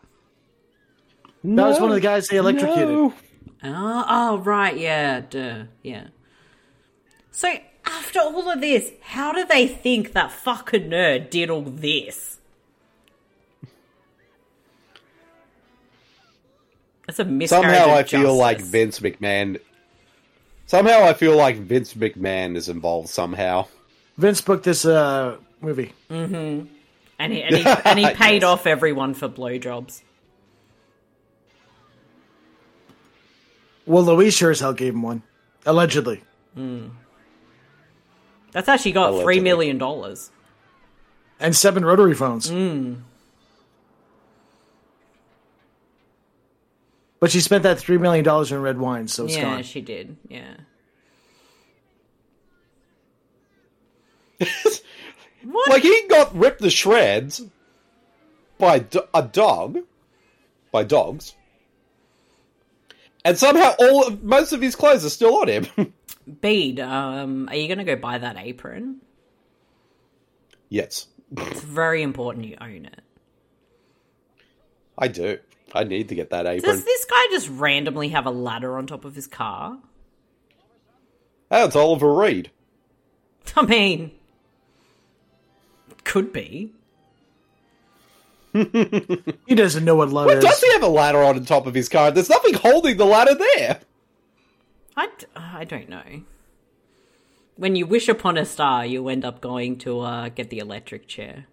Speaker 5: that was one of the guys they electrocuted.
Speaker 2: Oh, oh right, yeah, duh, yeah. So after all of this, how do they think that fucking nerd did all this? That's a miscarriage.
Speaker 1: somehow
Speaker 2: of
Speaker 1: I feel
Speaker 2: justice.
Speaker 1: like Vince McMahon. Somehow I feel like Vince McMahon is involved somehow.
Speaker 5: Vince booked this uh, movie.
Speaker 2: and he and he, and he paid off everyone for blowjobs.
Speaker 5: Well, Louise sure as hell gave him one, allegedly.
Speaker 2: That's how she got three
Speaker 1: Allegedly.
Speaker 2: million dollars. Hmm.
Speaker 5: and seven rotary phones. But she spent that three million dollars in red wine, so it's
Speaker 2: yeah,
Speaker 5: gone.
Speaker 2: she did. Yeah. what?
Speaker 1: Like he got ripped to shreds by do- a dog, by dogs, and somehow all of, most of his clothes are still on him.
Speaker 2: Bede, um, are you going to go buy that apron?
Speaker 1: yes,
Speaker 2: It's very important you own it.
Speaker 1: I do. I need to get that apron.
Speaker 2: Does this guy just randomly have a ladder on top of his car?
Speaker 1: That's Oliver Reed.
Speaker 2: I mean, could be.
Speaker 5: He doesn't know what love
Speaker 1: Wait,
Speaker 5: is.
Speaker 1: does he have a ladder on top of his car? There's nothing holding the ladder there.
Speaker 2: I, d- I don't know. When you wish upon a star, you end up going to uh, get the electric chair.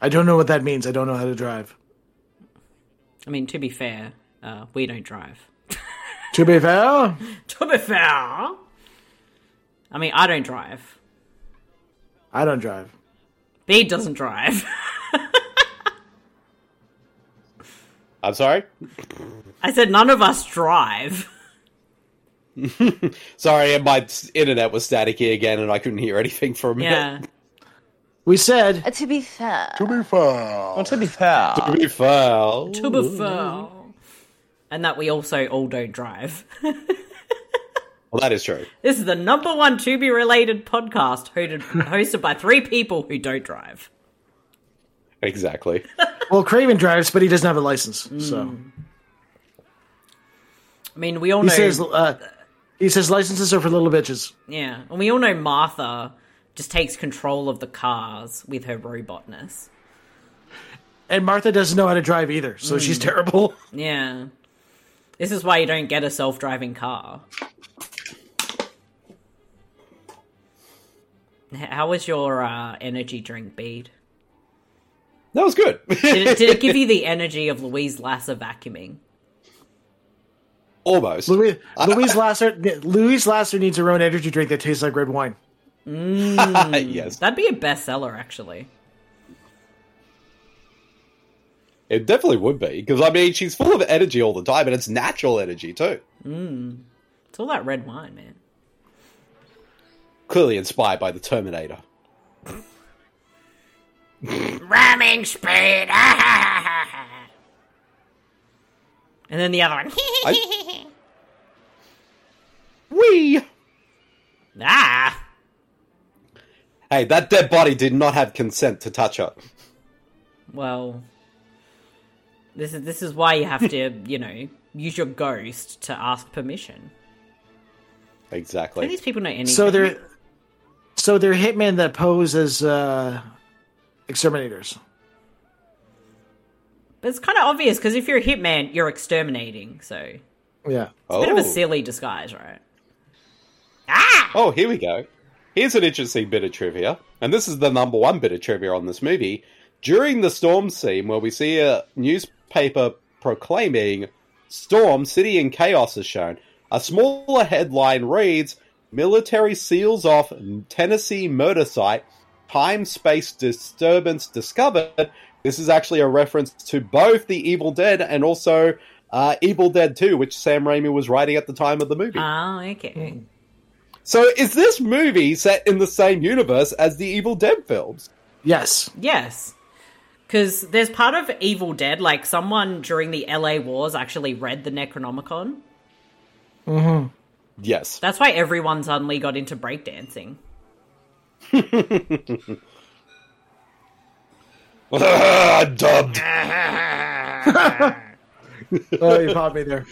Speaker 5: I don't know what that means. I don't know how to drive.
Speaker 2: I mean, to be fair, uh, we don't drive.
Speaker 5: To be fair,
Speaker 2: To be fair, I mean, I don't drive.
Speaker 5: I don't drive.
Speaker 2: Bede doesn't drive.
Speaker 1: I'm sorry.
Speaker 2: I said none of us drive.
Speaker 1: Sorry, and my s- internet was staticky again, and I couldn't hear anything for a minute.
Speaker 2: Yeah.
Speaker 5: We said
Speaker 10: To be fair.
Speaker 4: To be fair.
Speaker 11: to be fair.
Speaker 1: To be foul.
Speaker 2: To be fair. And that we also all don't drive.
Speaker 1: Well, that is true.
Speaker 2: This is the number one to be related podcast hosted, hosted by three people who don't drive.
Speaker 1: Exactly.
Speaker 5: well, Craven drives, but he doesn't have a license.
Speaker 2: Hmm.
Speaker 5: So
Speaker 2: I mean, we all
Speaker 5: he
Speaker 2: know.
Speaker 5: says uh, he says licenses are for little bitches.
Speaker 2: yeah. And we all know Martha just takes control of the cars with her robotness.
Speaker 5: And Martha doesn't know how to drive either, so
Speaker 2: Hmm.
Speaker 5: she's terrible.
Speaker 2: Yeah. This is why you don't get a self driving car. H- How was your uh, energy drink, Bede?
Speaker 1: That was good.
Speaker 2: Did it, did it give you the energy of Louise Lasser vacuuming?
Speaker 1: Almost.
Speaker 5: Louise, Louise Lasser Louise Lasser needs her own energy drink that tastes like red wine.
Speaker 1: yes.
Speaker 2: That'd be a bestseller, actually.
Speaker 1: It definitely would be, because I mean, she's full of energy all the time, and it's natural energy too.
Speaker 2: It's all that red wine, man.
Speaker 1: Clearly inspired by the Terminator.
Speaker 2: ramming speed. and then the other one.
Speaker 1: I- Wee!
Speaker 2: ah.
Speaker 1: Hey, that dead body did not have consent to touch her.
Speaker 2: Well, this is this is why you have to, you know, use your ghost to ask permission. Do
Speaker 1: Exactly.
Speaker 2: these people know anything?
Speaker 5: So they're so they're hitmen that pose as uh, exterminators.
Speaker 2: But it's kind of obvious because if you're a hitman, you're exterminating. So it's
Speaker 5: Yeah.
Speaker 2: a bit of
Speaker 1: Oh.
Speaker 2: a silly disguise, right?
Speaker 1: Oh, here we go. Here's an interesting bit of trivia, and this is the number one bit of trivia on this movie. During the storm scene, where we see a newspaper proclaiming "Storm City in Chaos" is shown, a smaller headline reads "Military seals off Tennessee murder site. Time space disturbance discovered." This is actually a reference to both the Evil Dead and also uh, Evil Dead Two, which Sam Raimi was writing at the time of the movie.
Speaker 2: Oh, okay.
Speaker 1: So is this movie set in the same universe as the Evil Dead films?
Speaker 5: Yes.
Speaker 2: Yes. Because there's part of Evil Dead, like someone during the LA Wars actually read the Necronomicon.
Speaker 1: Yes.
Speaker 2: That's why everyone suddenly got into breakdancing.
Speaker 1: Dubbed.
Speaker 5: Oh, you popped me there.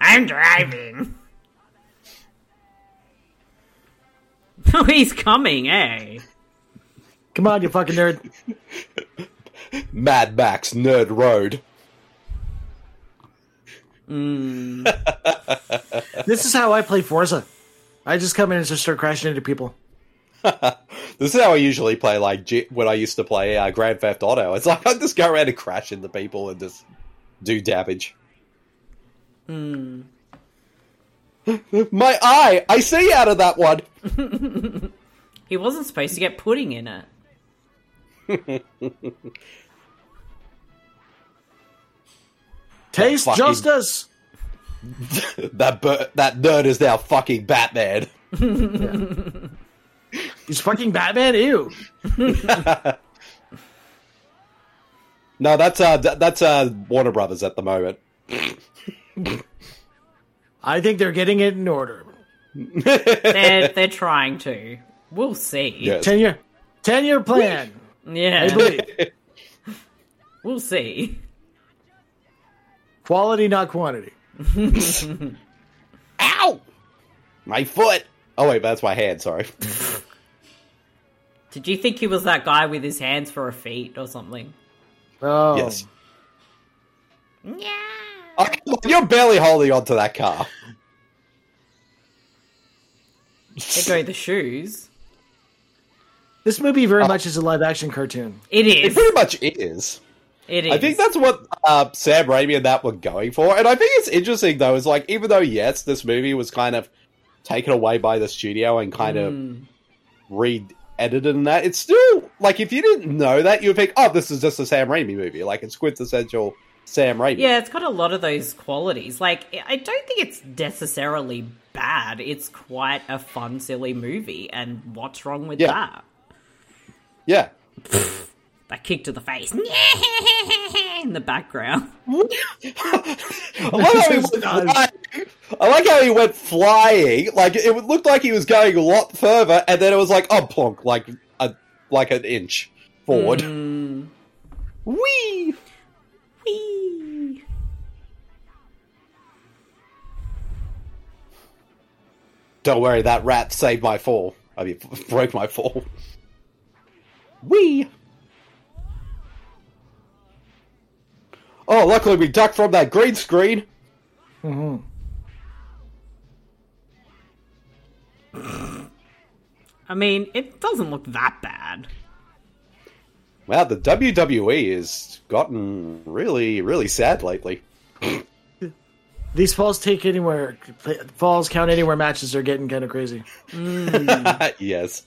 Speaker 2: I'm driving. oh, he's coming, eh?
Speaker 5: Come on, you fucking nerd.
Speaker 1: Mad Max Nerd Road.
Speaker 5: This is how I play Forza. I just come in and just start crashing into people.
Speaker 1: This is how I usually play, like G- when I used to play uh, Grand Theft Auto. It's like I just go around and crash into people and just do damage. My eye! I see out of that one!
Speaker 2: He wasn't supposed to get pudding in it.
Speaker 5: Taste
Speaker 1: fucking-
Speaker 5: justice.
Speaker 1: that bur- that nerd is now fucking Batman.
Speaker 5: He's fucking Batman. Ew.
Speaker 1: No, that's uh, th- that's uh, Warner Brothers at the moment.
Speaker 5: I think they're getting it in order.
Speaker 2: They're, they're trying to. We'll see.
Speaker 1: Yes.
Speaker 5: Ten year, ten year plan.
Speaker 2: Yeah,
Speaker 5: I believe.
Speaker 2: we'll see.
Speaker 5: Quality, not quantity.
Speaker 1: Ow! My foot. Oh wait, that's my hand. Sorry.
Speaker 2: Did you think he was that guy with his hands for a feet or something?
Speaker 5: Oh,
Speaker 1: Yes.
Speaker 2: Yeah.
Speaker 1: Oh, come on, you're barely holding on to that car.
Speaker 2: There go the shoes.
Speaker 5: This movie very much is a live action cartoon.
Speaker 2: It
Speaker 1: It
Speaker 2: is.
Speaker 1: pretty much is.
Speaker 2: It is.
Speaker 1: I think that's what uh, Sam Raimi and that were going for, and I think it's interesting though. Is like even though yes, this movie was kind of taken away by the studio and kind of re-edited and that, it's still like if you didn't know that, you'd think, oh, this is just a Sam Raimi movie, like it's quintessential Sam Raimi.
Speaker 2: Yeah, it's got a lot of those qualities. Like, I- I don't think it's necessarily bad. It's quite a fun, silly movie, and what's wrong with
Speaker 1: Yeah.
Speaker 2: that?
Speaker 1: yeah.
Speaker 2: That kick to the face in the background.
Speaker 1: I like how he went flying. I like how he went flying. Like it looked like he was going a lot further, and then it was like, oh, plonk, like a like an inch forward. Whee!
Speaker 2: Whee!
Speaker 1: Don't worry, that rat saved my fall. I mean, broke my fall. Wee. Oh, luckily we ducked from that green screen.
Speaker 2: I mean, it doesn't look that bad.
Speaker 1: Wow, the WWE has gotten really, really sad lately.
Speaker 5: These falls take anywhere. Falls count anywhere matches are getting kind of crazy.
Speaker 1: yes.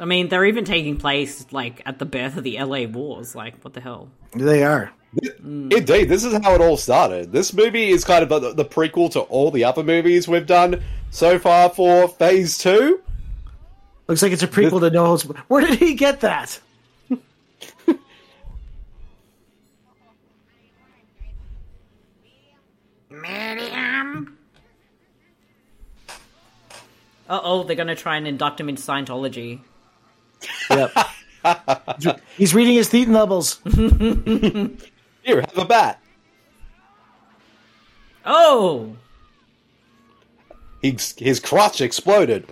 Speaker 2: I mean, they're even taking place like at the birth of the LA Wars. Like, what the hell?
Speaker 5: They are.
Speaker 1: Indeed, this is how it all started. This movie is kind of the, the prequel to all the other movies we've done so far for Phase 2.
Speaker 5: Looks like it's a prequel to No Holds. Where did he get that?
Speaker 2: Uh oh, they're gonna try and induct him into Scientology.
Speaker 5: Yep. He's reading his Thetan levels.
Speaker 1: Here, have a bat.
Speaker 2: Oh,
Speaker 1: He's, his crotch exploded.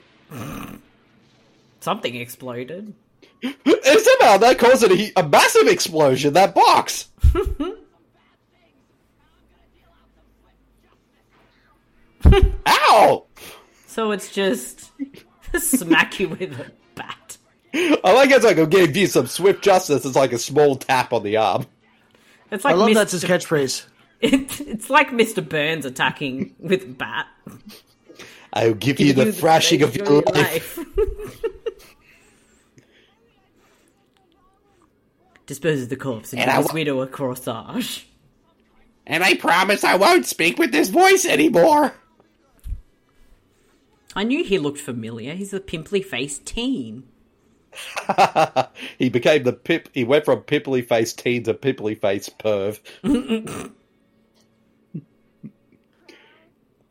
Speaker 2: something exploded.
Speaker 1: And somehow that caused a, he- a massive explosion, that box! Ow!
Speaker 2: So it's just smack you with a bat.
Speaker 1: I like it's like I'm giving you some swift justice. It's like a small tap on the arm.
Speaker 2: It's
Speaker 5: I
Speaker 2: like
Speaker 5: love
Speaker 2: Mr.
Speaker 5: that's his catchphrase.
Speaker 2: It, it's like Mr. Burns attacking with a bat.
Speaker 1: I'll give you the thrashing of your life.
Speaker 2: Dispose of the corpse and,
Speaker 1: And I
Speaker 2: give this
Speaker 1: wa-
Speaker 2: widow a corsage.
Speaker 1: And I promise I won't speak with this voice anymore.
Speaker 2: I knew he looked familiar. He's a pimply faced teen.
Speaker 1: He became the pip. He went from pimply face teen to pimply face perv.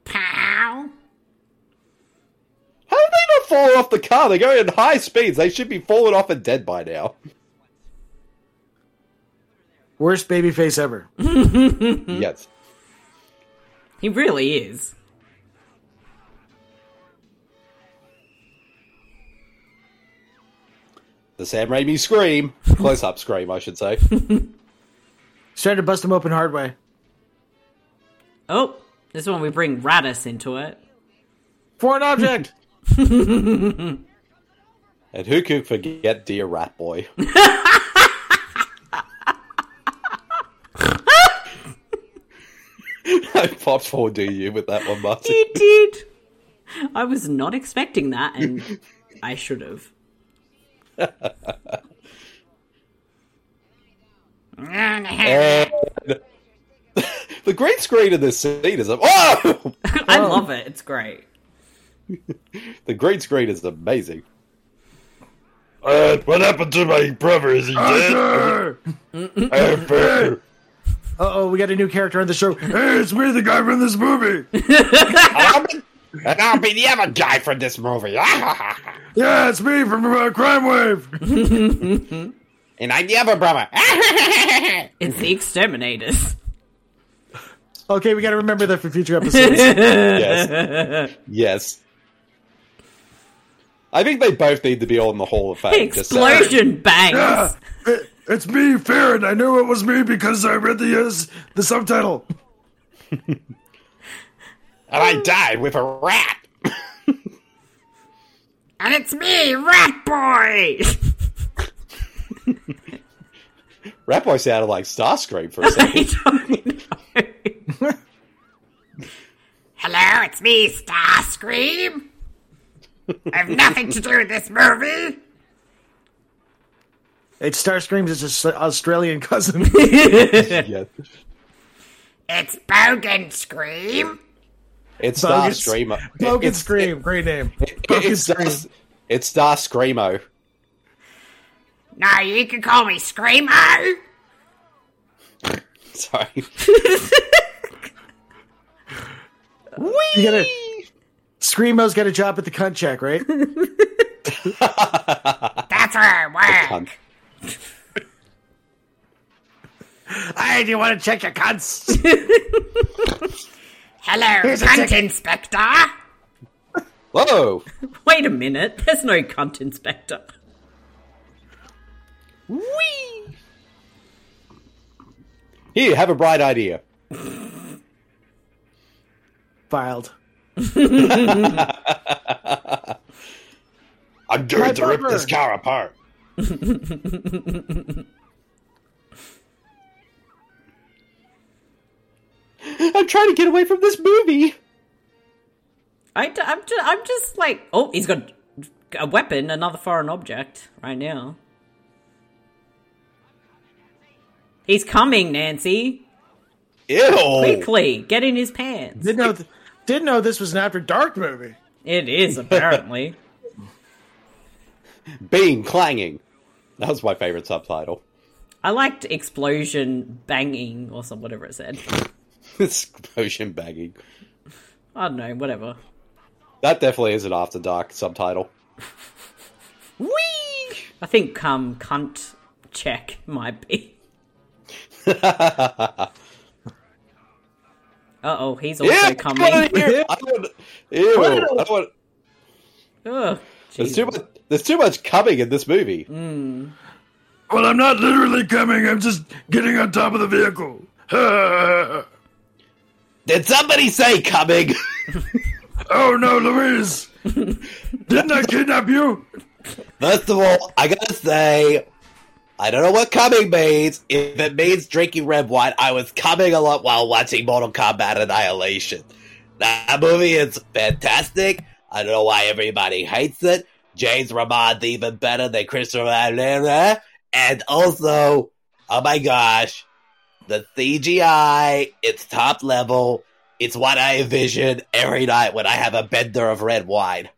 Speaker 2: Pow!
Speaker 1: How did they not fall off the car? They're going at high speeds. They should be falling off and dead by now.
Speaker 5: Worst baby face ever.
Speaker 1: Yes.
Speaker 2: He really is.
Speaker 1: The Sam Raimi scream. Close up scream, I should say.
Speaker 5: He's trying to bust him open hard way.
Speaker 2: Oh, this is when we bring Radis into it.
Speaker 5: Foreign object.
Speaker 1: And who could forget Dear Rat Boy? I popped 4D you with that one, Martin.
Speaker 2: He did. I was not expecting that, and I should have.
Speaker 1: And the green screen in this scene is a- oh,
Speaker 2: I love it. It's great.
Speaker 1: the green screen is amazing.
Speaker 10: Uh, what happened to my brother? Is he dead? Arthur!
Speaker 5: oh, we got a new character on the show.
Speaker 10: Hey, it's me, the guy from this movie.
Speaker 1: And I'll be the other guy from this movie. and
Speaker 10: Yeah, it's me from uh, Crime Wave.
Speaker 1: I'm the other brother.
Speaker 2: It's the exterminators.
Speaker 5: Okay, we got to remember that for future episodes.
Speaker 1: yes. Yes. I think they both need to be on the Hall of Fame. just saying.
Speaker 2: Explosion
Speaker 10: Yeah,
Speaker 2: bangs.
Speaker 10: it- it's me, Farron. I knew it was me because I read the uh, s- the subtitle.
Speaker 1: And I died with a rat.
Speaker 2: And it's me, Rat Boy!
Speaker 1: Rat Boy sounded like Starscream for a second.
Speaker 2: I don't know. Hello, it's me, Starscream. I have nothing to do with this movie.
Speaker 5: it's Starscream's it's just Australian cousin.
Speaker 1: yeah.
Speaker 2: It's Bogan Scream.
Speaker 1: It's
Speaker 5: Bogus-
Speaker 1: Starscream.
Speaker 5: Bogan
Speaker 1: It's-
Speaker 5: Scream, great name.
Speaker 1: It's Star, it's Star Screamo.
Speaker 2: No, you can call me Screamo.
Speaker 1: Sorry.
Speaker 5: You gotta, Screamo's got a job at the cunt check, right?
Speaker 2: That's where I work.
Speaker 1: Cunt.
Speaker 5: hey, do you want to check your cunts?
Speaker 2: Hello, Cunt Inspector.
Speaker 1: Whoa!
Speaker 2: Wait a minute, there's no Cunt Inspector.
Speaker 1: Here, have a bright idea.
Speaker 5: Filed.
Speaker 10: I'm going
Speaker 5: My
Speaker 10: to rip
Speaker 5: brother.
Speaker 10: this car apart.
Speaker 1: I'm trying to get away from this movie.
Speaker 2: I, am just, I'm just like, oh, he's got a weapon, another foreign object right now. He's coming, Nancy.
Speaker 1: Ew!
Speaker 2: Quickly, get in his pants.
Speaker 5: Didn't know, th- didn't know this was an After Dark movie.
Speaker 2: It is apparently.
Speaker 1: Bean clanging. That was my favorite subtitle.
Speaker 2: I liked explosion banging or some whatever it said.
Speaker 1: Explosion bagging.
Speaker 2: I don't know, whatever.
Speaker 1: That definitely is an After Dark subtitle.
Speaker 2: I think um cunt check might be. uh oh, he's also
Speaker 1: Ew!
Speaker 2: coming.
Speaker 1: I don't want- Ew! I don't want-
Speaker 2: Ugh,
Speaker 1: There's
Speaker 2: Jesus.
Speaker 1: too much. There's too much coming in this movie.
Speaker 10: Well, I'm not literally coming. I'm just getting on top of the vehicle. oh
Speaker 1: Did somebody say coming?
Speaker 10: Oh, no, Louise! Didn't I kidnap you?
Speaker 1: First of all, I gotta say, I don't know what coming means. If it means drinking red wine, I was coming a lot while watching Mortal Kombat Annihilation. That movie is fantastic. I don't know why everybody hates it. James Ramon's even better than Christopher Lambert. And also, oh my gosh, the CGI, it's top level. It's what I envision every night when I have a bender of red wine.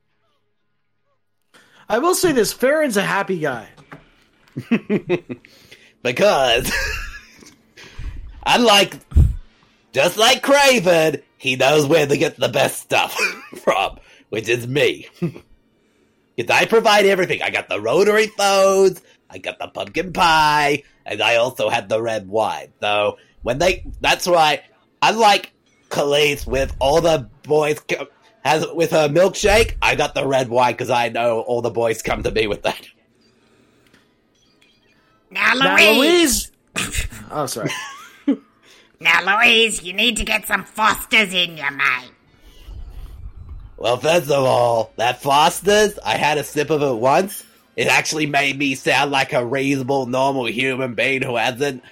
Speaker 5: I will say this Farron's a happy guy.
Speaker 1: because unlike just like Craven, he knows where to get the best stuff from, which is me. Because I provide everything. I got the rotary phones, I got the pumpkin pie, and I also had the red wine. So when they, that's why, unlike Khalees with all the boys. Co- has, with her milkshake, I got the red wine because I know all the boys come to me with that.
Speaker 11: Now,
Speaker 5: Now,
Speaker 11: Louise,
Speaker 5: Louise. Oh, sorry.
Speaker 11: now, Louise, you need to get some Fosters in you, mate.
Speaker 1: Well, first of all, that Foster's, I had a sip of it once. It actually made me sound like a reasonable, normal human being who hasn't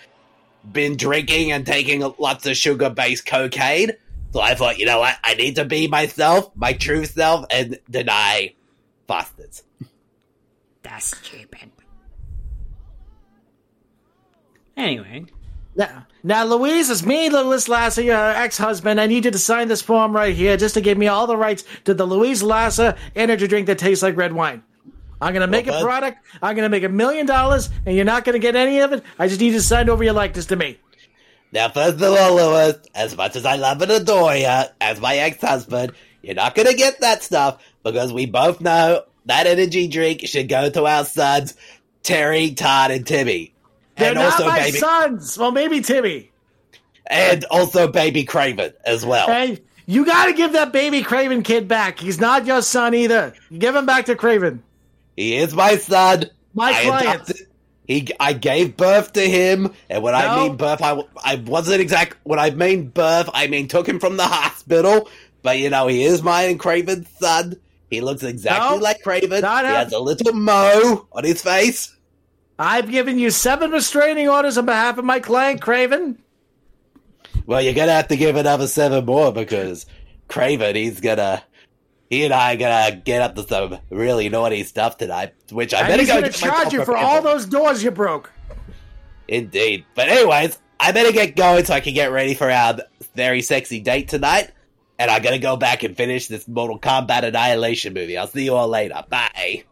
Speaker 1: been drinking and taking lots of sugar based cocaine. So I thought, you know what? I need to be myself, my true self, and deny Foster's.
Speaker 11: That's stupid.
Speaker 2: Anyway,
Speaker 5: Now, now, Louise, it's me, Louis Lasser, your ex-husband. I need you to sign this form right here just to give me all the rights to the Louise Lasser energy drink that tastes like red wine. I'm gonna make
Speaker 1: Well,
Speaker 5: a
Speaker 1: bud.
Speaker 5: product. I'm gonna make a million dollars, and you're not gonna get any of it. I just need you to sign over your likeness to me.
Speaker 1: Now, first of all, Louis, as much as I love and adore you as my ex-husband, you're not gonna get that stuff because we both know that energy drink should go to our sons, Terry, Todd, and Timmy,
Speaker 5: They're
Speaker 1: and
Speaker 5: not
Speaker 1: also
Speaker 5: my
Speaker 1: baby,
Speaker 5: sons. Well, maybe Timmy.
Speaker 1: and also baby Craven as well.
Speaker 5: Hey, you gotta give that baby Craven kid back. He's not your son either. Give him back to Craven.
Speaker 1: He is my son.
Speaker 5: My
Speaker 1: I
Speaker 5: client.
Speaker 1: adopted- He, I gave birth to him, and when I
Speaker 5: No.
Speaker 1: mean birth, I, I wasn't exact. When I mean birth, I mean took him from the hospital. But you know, he is my and Craven's son. He looks exactly
Speaker 5: No.
Speaker 1: like Craven.
Speaker 5: Not
Speaker 1: he
Speaker 5: hap-
Speaker 1: has a little mo on his face.
Speaker 5: I've given you seven restraining orders on behalf of my client, Craven.
Speaker 1: Well, you're gonna have to give another seven more because Craven, he's gonna, he and I are gonna get up to some really naughty stuff tonight. Which I
Speaker 5: And
Speaker 1: better
Speaker 5: he's
Speaker 1: go
Speaker 5: gonna
Speaker 1: get myself
Speaker 5: charge you for
Speaker 1: prepared
Speaker 5: all those doors you broke.
Speaker 1: Indeed. But anyways, I better get going so I can get ready for our very sexy date tonight. And I'm gonna go back and finish this Mortal Kombat Annihilation movie. I'll see you all later. Bye.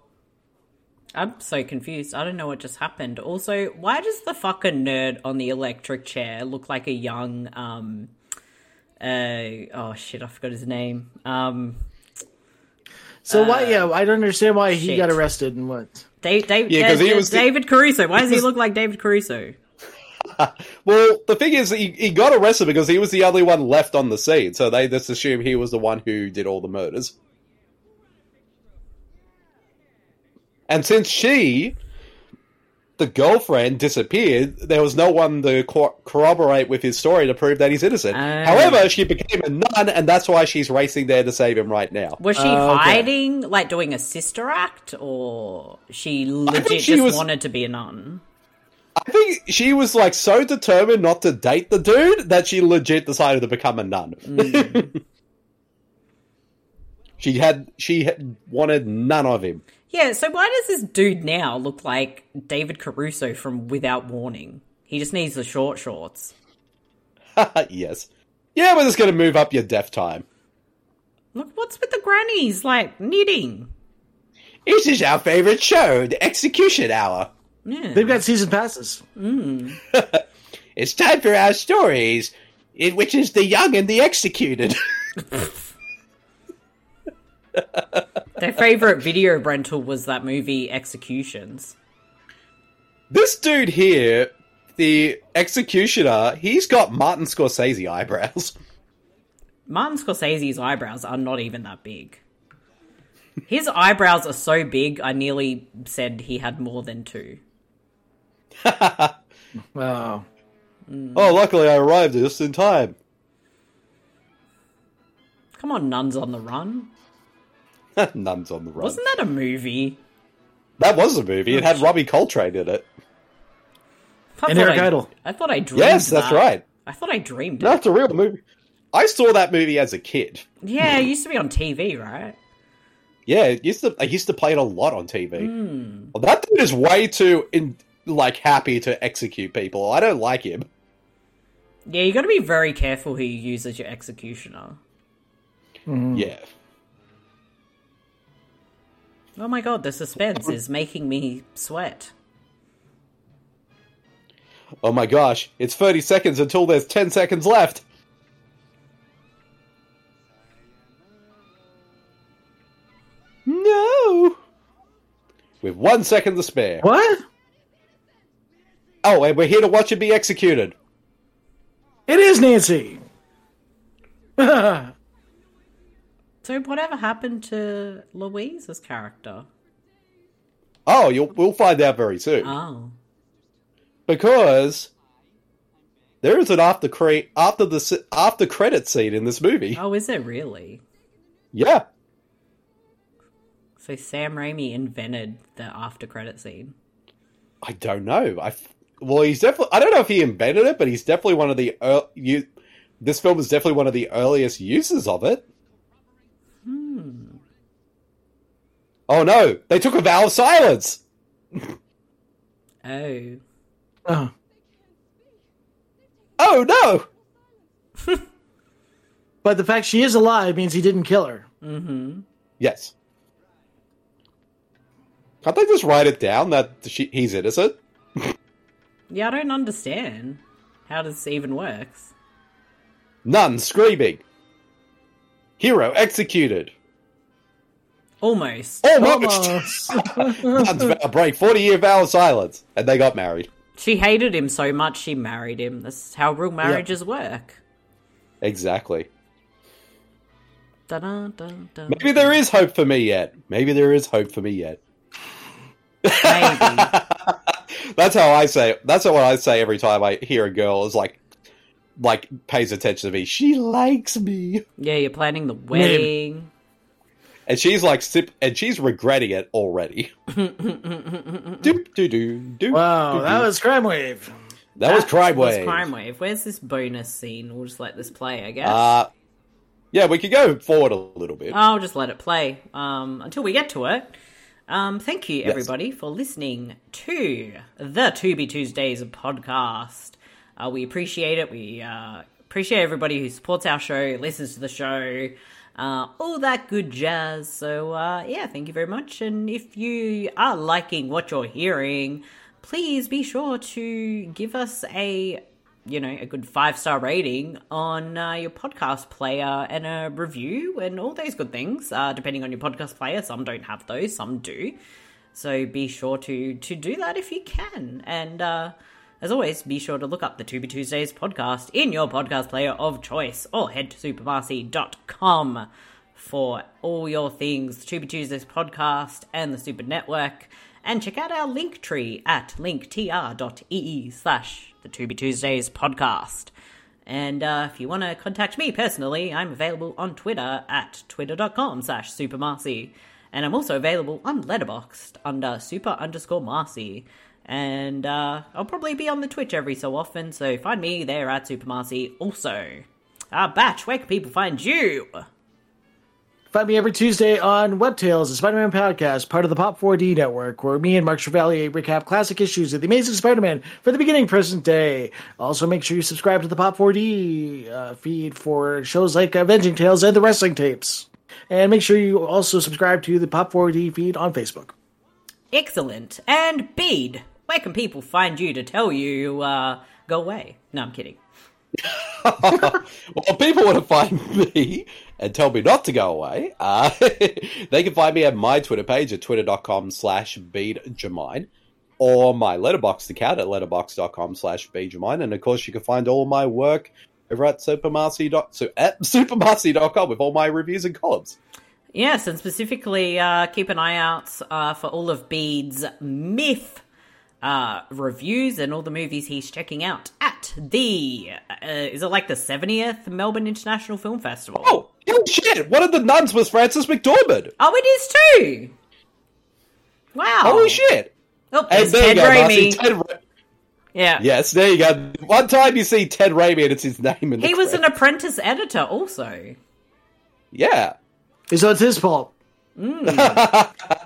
Speaker 2: I'm so confused. I don't know what just happened. Also, why does the fucking nerd on the electric chair look like a young um uh oh shit, I forgot his name. Um
Speaker 5: So why? Yeah, I don't understand why he
Speaker 2: shit.
Speaker 5: got arrested and what.
Speaker 2: Dave, Dave,
Speaker 8: Yeah, 'cause he
Speaker 2: Da-
Speaker 8: was the-
Speaker 2: David Caruso. Why does he look like David Caruso?
Speaker 8: Well, the thing is, he, he got arrested because he was the only one left on the scene, so they just assume he was the one who did all the murders. And since she, the girlfriend, disappeared, there was no one to co- corroborate with his story to prove that he's innocent.
Speaker 2: Ah.
Speaker 8: However, she became a nun, and that's why she's racing there to save him right now.
Speaker 2: Was she
Speaker 5: Oh, okay.
Speaker 2: hiding, like doing a sister act, or she legit
Speaker 8: she
Speaker 2: just
Speaker 8: was-
Speaker 2: wanted to be a nun?
Speaker 8: I think she was like so determined not to date the dude that she legit decided to become a nun. she had she had wanted none of him.
Speaker 2: Yeah. So why does this dude now look like David Caruso from Without Warning? He just needs the short shorts.
Speaker 8: yes. Yeah, we're just gonna move up your death time.
Speaker 2: Look, what's with the grannies like knitting?
Speaker 8: This is our favorite show, the Execution Hour.
Speaker 2: Yeah.
Speaker 5: They've got season passes.
Speaker 8: It's time for our stories, in which is the young and the executed.
Speaker 2: Their favorite video rental was that movie Executions.
Speaker 8: this dude here, the executioner, he's got Martin Scorsese eyebrows.
Speaker 2: Martin Scorsese's eyebrows are not even that big. His eyebrows are so big, I nearly said he had more than two.
Speaker 5: Wow.
Speaker 8: Oh, luckily I arrived just in time.
Speaker 2: Come on, Nuns on the Run.
Speaker 8: Nuns on the run.
Speaker 2: Wasn't that a movie?
Speaker 8: that was a movie. It had Robbie Coltrane in it.
Speaker 2: I thought
Speaker 5: And Eric
Speaker 2: I-
Speaker 5: Idle.
Speaker 2: I thought I dreamed
Speaker 8: Yes, that's
Speaker 2: that.
Speaker 8: right.
Speaker 2: I thought I dreamed it.
Speaker 8: That's a real movie. I saw that movie as a kid.
Speaker 2: Yeah, it used to be on TV, right?
Speaker 8: Yeah, it used to. I used to play it a lot on TV. Well, that dude is way too in like happy to execute people. I don't like him.
Speaker 2: Yeah, you gotta be very careful who you use as your executioner.
Speaker 8: Yeah.
Speaker 2: Oh my god, the suspense is making me sweat.
Speaker 8: Oh my gosh, it's thirty seconds until there's ten seconds left. No. With one second to spare.
Speaker 5: What?
Speaker 8: Oh, and we're here to watch it be executed.
Speaker 5: It is Nancy.
Speaker 2: So, whatever happened to Louise's character?
Speaker 8: Oh, you'll, we'll find out very soon.
Speaker 2: Oh.
Speaker 8: because there is an after cre- after the s- after credit scene in this movie.
Speaker 2: Oh, is it really?
Speaker 8: Yeah,
Speaker 2: So, Sam Raimi invented the after credit scene.
Speaker 8: I don't know. I f- well, he's definitely. I don't know if he invented it, but he's definitely one of the ear- you. This film is definitely one of the earliest uses of it. Oh no! They took a vow of silence.
Speaker 2: Oh.
Speaker 1: no,
Speaker 5: Oh.
Speaker 8: Oh,
Speaker 1: no.
Speaker 5: But the fact she is alive means he didn't kill her.
Speaker 2: Mm-hmm.
Speaker 1: Yes. Can't they just write it down that she, he's innocent?
Speaker 2: Yeah, I don't understand how this even works.
Speaker 1: None screaming. Hero executed.
Speaker 2: Almost.
Speaker 1: Almost. Nuns vow- break 40 year vow of silence. And they got married.
Speaker 2: She hated him so much she married him. That's how real marriages work.
Speaker 1: Exactly.
Speaker 2: Dun, dun, dun,
Speaker 1: Maybe there is hope for me yet. Maybe there is hope for me yet.
Speaker 2: Maybe.
Speaker 1: That's how I say. That's what I say every time I hear a girl is like, like pays attention to me. She likes me,
Speaker 2: yeah, you're planning the wedding.
Speaker 1: and she's like, sip, and she's regretting it already. doop, doo, doo, doop,
Speaker 5: Wow,
Speaker 1: doo,
Speaker 5: Oh, that
Speaker 1: doo.
Speaker 5: was Crime Wave.
Speaker 1: that was crime
Speaker 2: was
Speaker 1: wave.
Speaker 2: Crime Wave. Where's this bonus scene? We'll just let this play, I guess.
Speaker 1: Uh, yeah, we could go forward a little bit.
Speaker 2: I'll just let it play um, until we get to it. Um, thank you, everybody, for listening to the To Be Tuesdays podcast. Uh, we appreciate it. We uh, appreciate everybody who supports our show, listens to the show, uh, all that good jazz. So, uh, yeah, thank you very much. And if you are liking what you're hearing, please be sure to give us a you know a good five star rating on uh, your podcast player and a review and all those good things uh, depending on your podcast player some don't have those some do so be sure to to do that if you can and uh as always, be sure to look up the To Be Tuesdays podcast in your podcast player of choice or head to supermarcy.com for all your things, the To Be Tuesdays podcast and the Super Network. And check out our link tree at linktr.ee E slash the To Be Tuesdays podcast. And uh, if you want to contact me personally, I'm available on Twitter at twitter.com slash supermarcy. And I'm also available on Letterboxd under super underscore Marcy. And uh, I'll probably be on the Twitch every so often, so find me there at Super Marcy also. Ah, Batch, where can people find you?
Speaker 5: Find me every Tuesday on Web Tales, the Spider Man podcast, part of the Pop 4D network, where me and Mark Trevally recap classic issues of The Amazing Spider Man for the beginning present day. Also, make sure you subscribe to the Pop 4D uh, feed for shows like Avenging Tales and the Wrestling Tapes. And make sure you also subscribe to the Pop 4D feed on Facebook.
Speaker 2: Excellent. And Bede, where can people find you to tell you, uh, go away? No, I'm kidding.
Speaker 1: Well, if people want to find me and tell me not to go away, uh, they can find me at my Twitter page at twitter.com slash beadjamine or my letterbox account at letterbox.com slash beadjamine. And of course, you can find all my work over at supermarcy dot so at supermarcy.com with all my reviews and columns.
Speaker 2: Yes, and specifically uh, keep an eye out uh, for all of Bede's myth uh, reviews and all the movies he's checking out at the uh, is it like the seventieth Melbourne International Film Festival?
Speaker 1: Oh, hell shit! One of the nuns was Frances McDormand.
Speaker 2: Oh, it is too. Wow!
Speaker 1: Holy shit!
Speaker 2: Oh,
Speaker 1: And
Speaker 2: there's Ted
Speaker 1: Marcy,
Speaker 2: Raimi.
Speaker 1: Ted Ra-
Speaker 2: yeah,
Speaker 1: yes, there you go. One time you see Ted Raimi and it's his name in the
Speaker 2: he was an
Speaker 1: credits.
Speaker 2: apprentice editor also.
Speaker 1: Yeah.
Speaker 5: So it's his fault.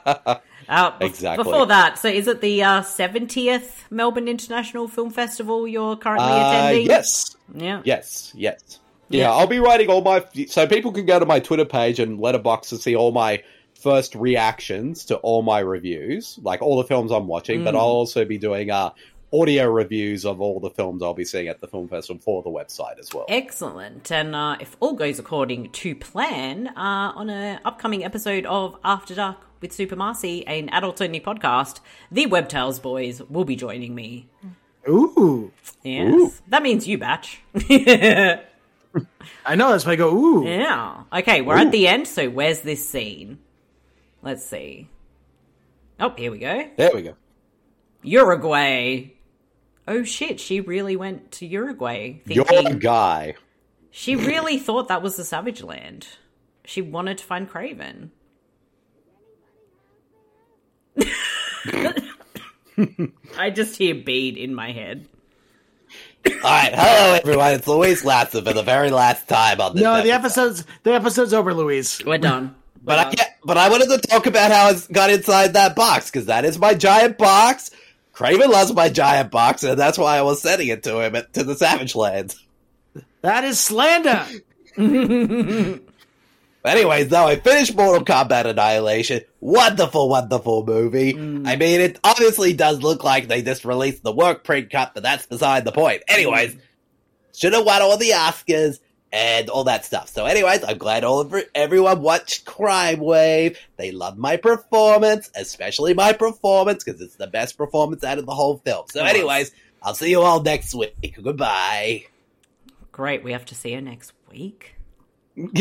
Speaker 2: Uh, bef-
Speaker 1: Exactly.
Speaker 2: Before that, so is it the uh, seventieth Melbourne International Film Festival you're currently
Speaker 1: Uh,
Speaker 2: attending?
Speaker 1: yes.
Speaker 2: Yeah.
Speaker 1: Yes, yes. Yeah,
Speaker 2: Yeah.
Speaker 1: I'll be writing all my so people can go to my Twitter page and Letterbox to see all my first reactions to all my reviews, like all the films I'm watching.
Speaker 2: Mm.
Speaker 1: But I'll also be doing uh, audio reviews of all the films I'll be seeing at the film festival for the website as well.
Speaker 2: Excellent. And uh, if all goes according to plan, uh, on an upcoming episode of After Dark with Super Marcy, an adult only podcast, the Web Tales boys will be joining me.
Speaker 5: Ooh.
Speaker 2: Yes. That means you, Batch.
Speaker 5: I know, that's why I go, ooh.
Speaker 2: yeah. Okay, we're at the end, so where's this scene? Let's see. Oh, here we go.
Speaker 1: There we go.
Speaker 2: Uruguay. Oh shit, she really went to Uruguay.
Speaker 1: You're a
Speaker 2: Thinking
Speaker 1: guy.
Speaker 2: she really thought that was the Savage Land. She wanted to find Craven. I just hear Bede in my head.
Speaker 3: Alright, hello everyone, it's Luis Lasser for the very last time on this
Speaker 5: No, the
Speaker 3: episode.
Speaker 5: episode's the episode's over, Louise.
Speaker 2: We're done.
Speaker 3: But I, get, but I wanted to talk about how I got inside that box because that is my giant box.
Speaker 1: Craven loves my giant box, and that's why I was sending it to him at, to the Savage Lands.
Speaker 5: That is slander.
Speaker 1: Anyways, though, I finished Mortal Kombat Annihilation. Wonderful, wonderful movie.
Speaker 8: Hmm.
Speaker 1: I mean, it obviously does look like they just released the work print cut, but that's beside the point. Anyways,
Speaker 8: Hmm.
Speaker 1: should have won all the Oscars and all that stuff. So, anyways, I'm glad all of, e, everyone watched Crime Wave. They loved my performance, especially my performance, because it's the best performance out of the whole film. So, anyways, I'll see you all next week. Goodbye.
Speaker 2: Great, we have to see her next week.
Speaker 8: and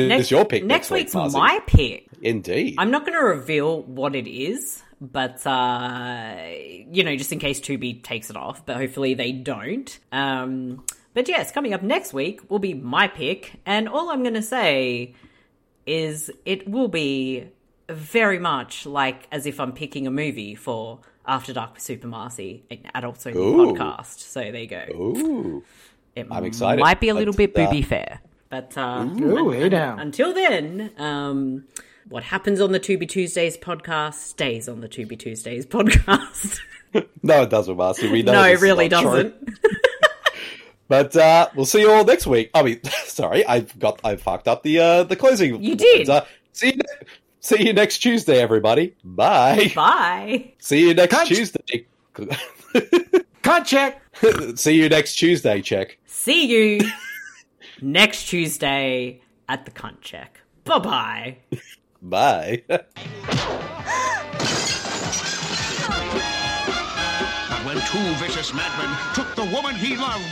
Speaker 8: it is your pick.
Speaker 2: Next
Speaker 8: week,
Speaker 2: week's
Speaker 8: Marzi.
Speaker 2: my pick.
Speaker 8: Indeed.
Speaker 2: I'm not going to reveal what it is, but uh, you know, just in case Tubi takes it off. But hopefully they don't. Um, but yes, coming up next week will be my pick, and all I'm going to say is it will be very much like as if I'm picking a movie for After Dark with Super Marcy, an adult Swim
Speaker 8: Ooh.
Speaker 2: podcast. So there you go.
Speaker 8: Ooh.
Speaker 2: It
Speaker 8: I'm excited.
Speaker 2: Might be a little
Speaker 8: Let's,
Speaker 2: bit
Speaker 8: uh,
Speaker 2: booby fair, but uh,
Speaker 5: Ooh, hey down.
Speaker 2: until then, um, what happens on the To Be Tuesdays podcast stays on the To Be Tuesdays podcast.
Speaker 8: No, it doesn't, Marcy. We know
Speaker 2: no,
Speaker 8: this
Speaker 2: it
Speaker 8: is
Speaker 2: really
Speaker 8: not true.
Speaker 2: doesn't.
Speaker 8: But uh, we'll see you all next week. I mean, sorry, I've got I fucked up the uh, the closing.
Speaker 2: You did.
Speaker 8: words. Uh, see you, ne- see you next Tuesday, everybody. Bye.
Speaker 2: Bye.
Speaker 8: See you next
Speaker 5: Cunt.
Speaker 8: Tuesday.
Speaker 5: Cut check.
Speaker 8: see you next Tuesday. Check.
Speaker 2: See you next Tuesday at the cunt check. Bye bye.
Speaker 8: Bye.
Speaker 4: But when two vicious madmen took the woman he loved,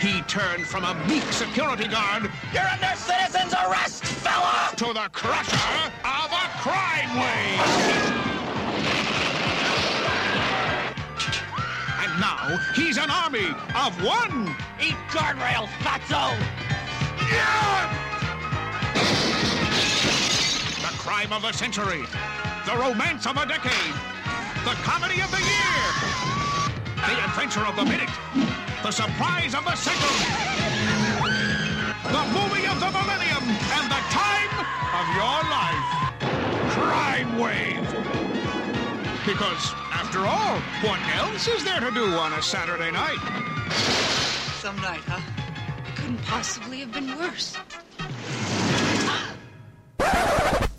Speaker 4: he turned from a meek security guard. You're under citizen's arrest, fella! To the crusher of a crime wave! And now he's an army of one! Eat guardrail, fatso! The crime of the century. The romance of a decade. The comedy of the year. The adventure of the minute. The surprise of the second. The movie of the millennium. And the time of your life. Crime Wave. Because, after all, what else is there to do on a Saturday night?
Speaker 11: Some night, huh? It couldn't possibly have been worse.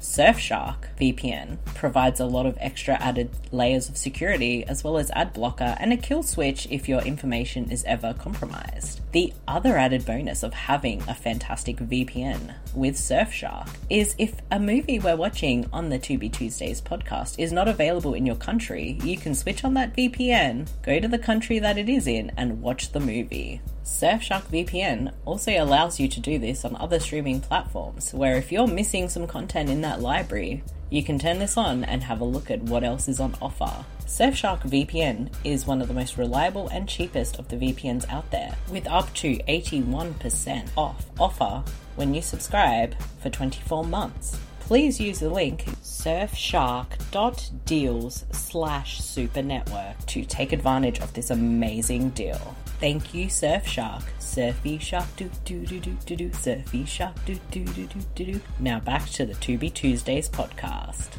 Speaker 2: Surfshark VPN provides a lot of extra added layers of security, as well as ad blocker and a kill switch if your information is ever compromised. The other added bonus of having a fantastic VPN with Surfshark is if a movie we're watching on the To Be Tuesdays podcast is not available in your country, you can switch on that VPN, go to the country that it is in, and watch the movie. Surfshark VPN also allows you to do this on other streaming platforms, where if you're missing some content in that library, you can turn this on and have a look at what else is on offer. Surfshark VPN is one of the most reliable and cheapest of the VPNs out there, with up to 81% off offer when you subscribe for 24 months. Please use the link surfshark.deals slash supernetwork to take advantage of this amazing deal. Thank you, Surfshark. Surfy shark do do do do do do. Surfy shark do do do do do do. Now back to the To Be Tuesdays podcast.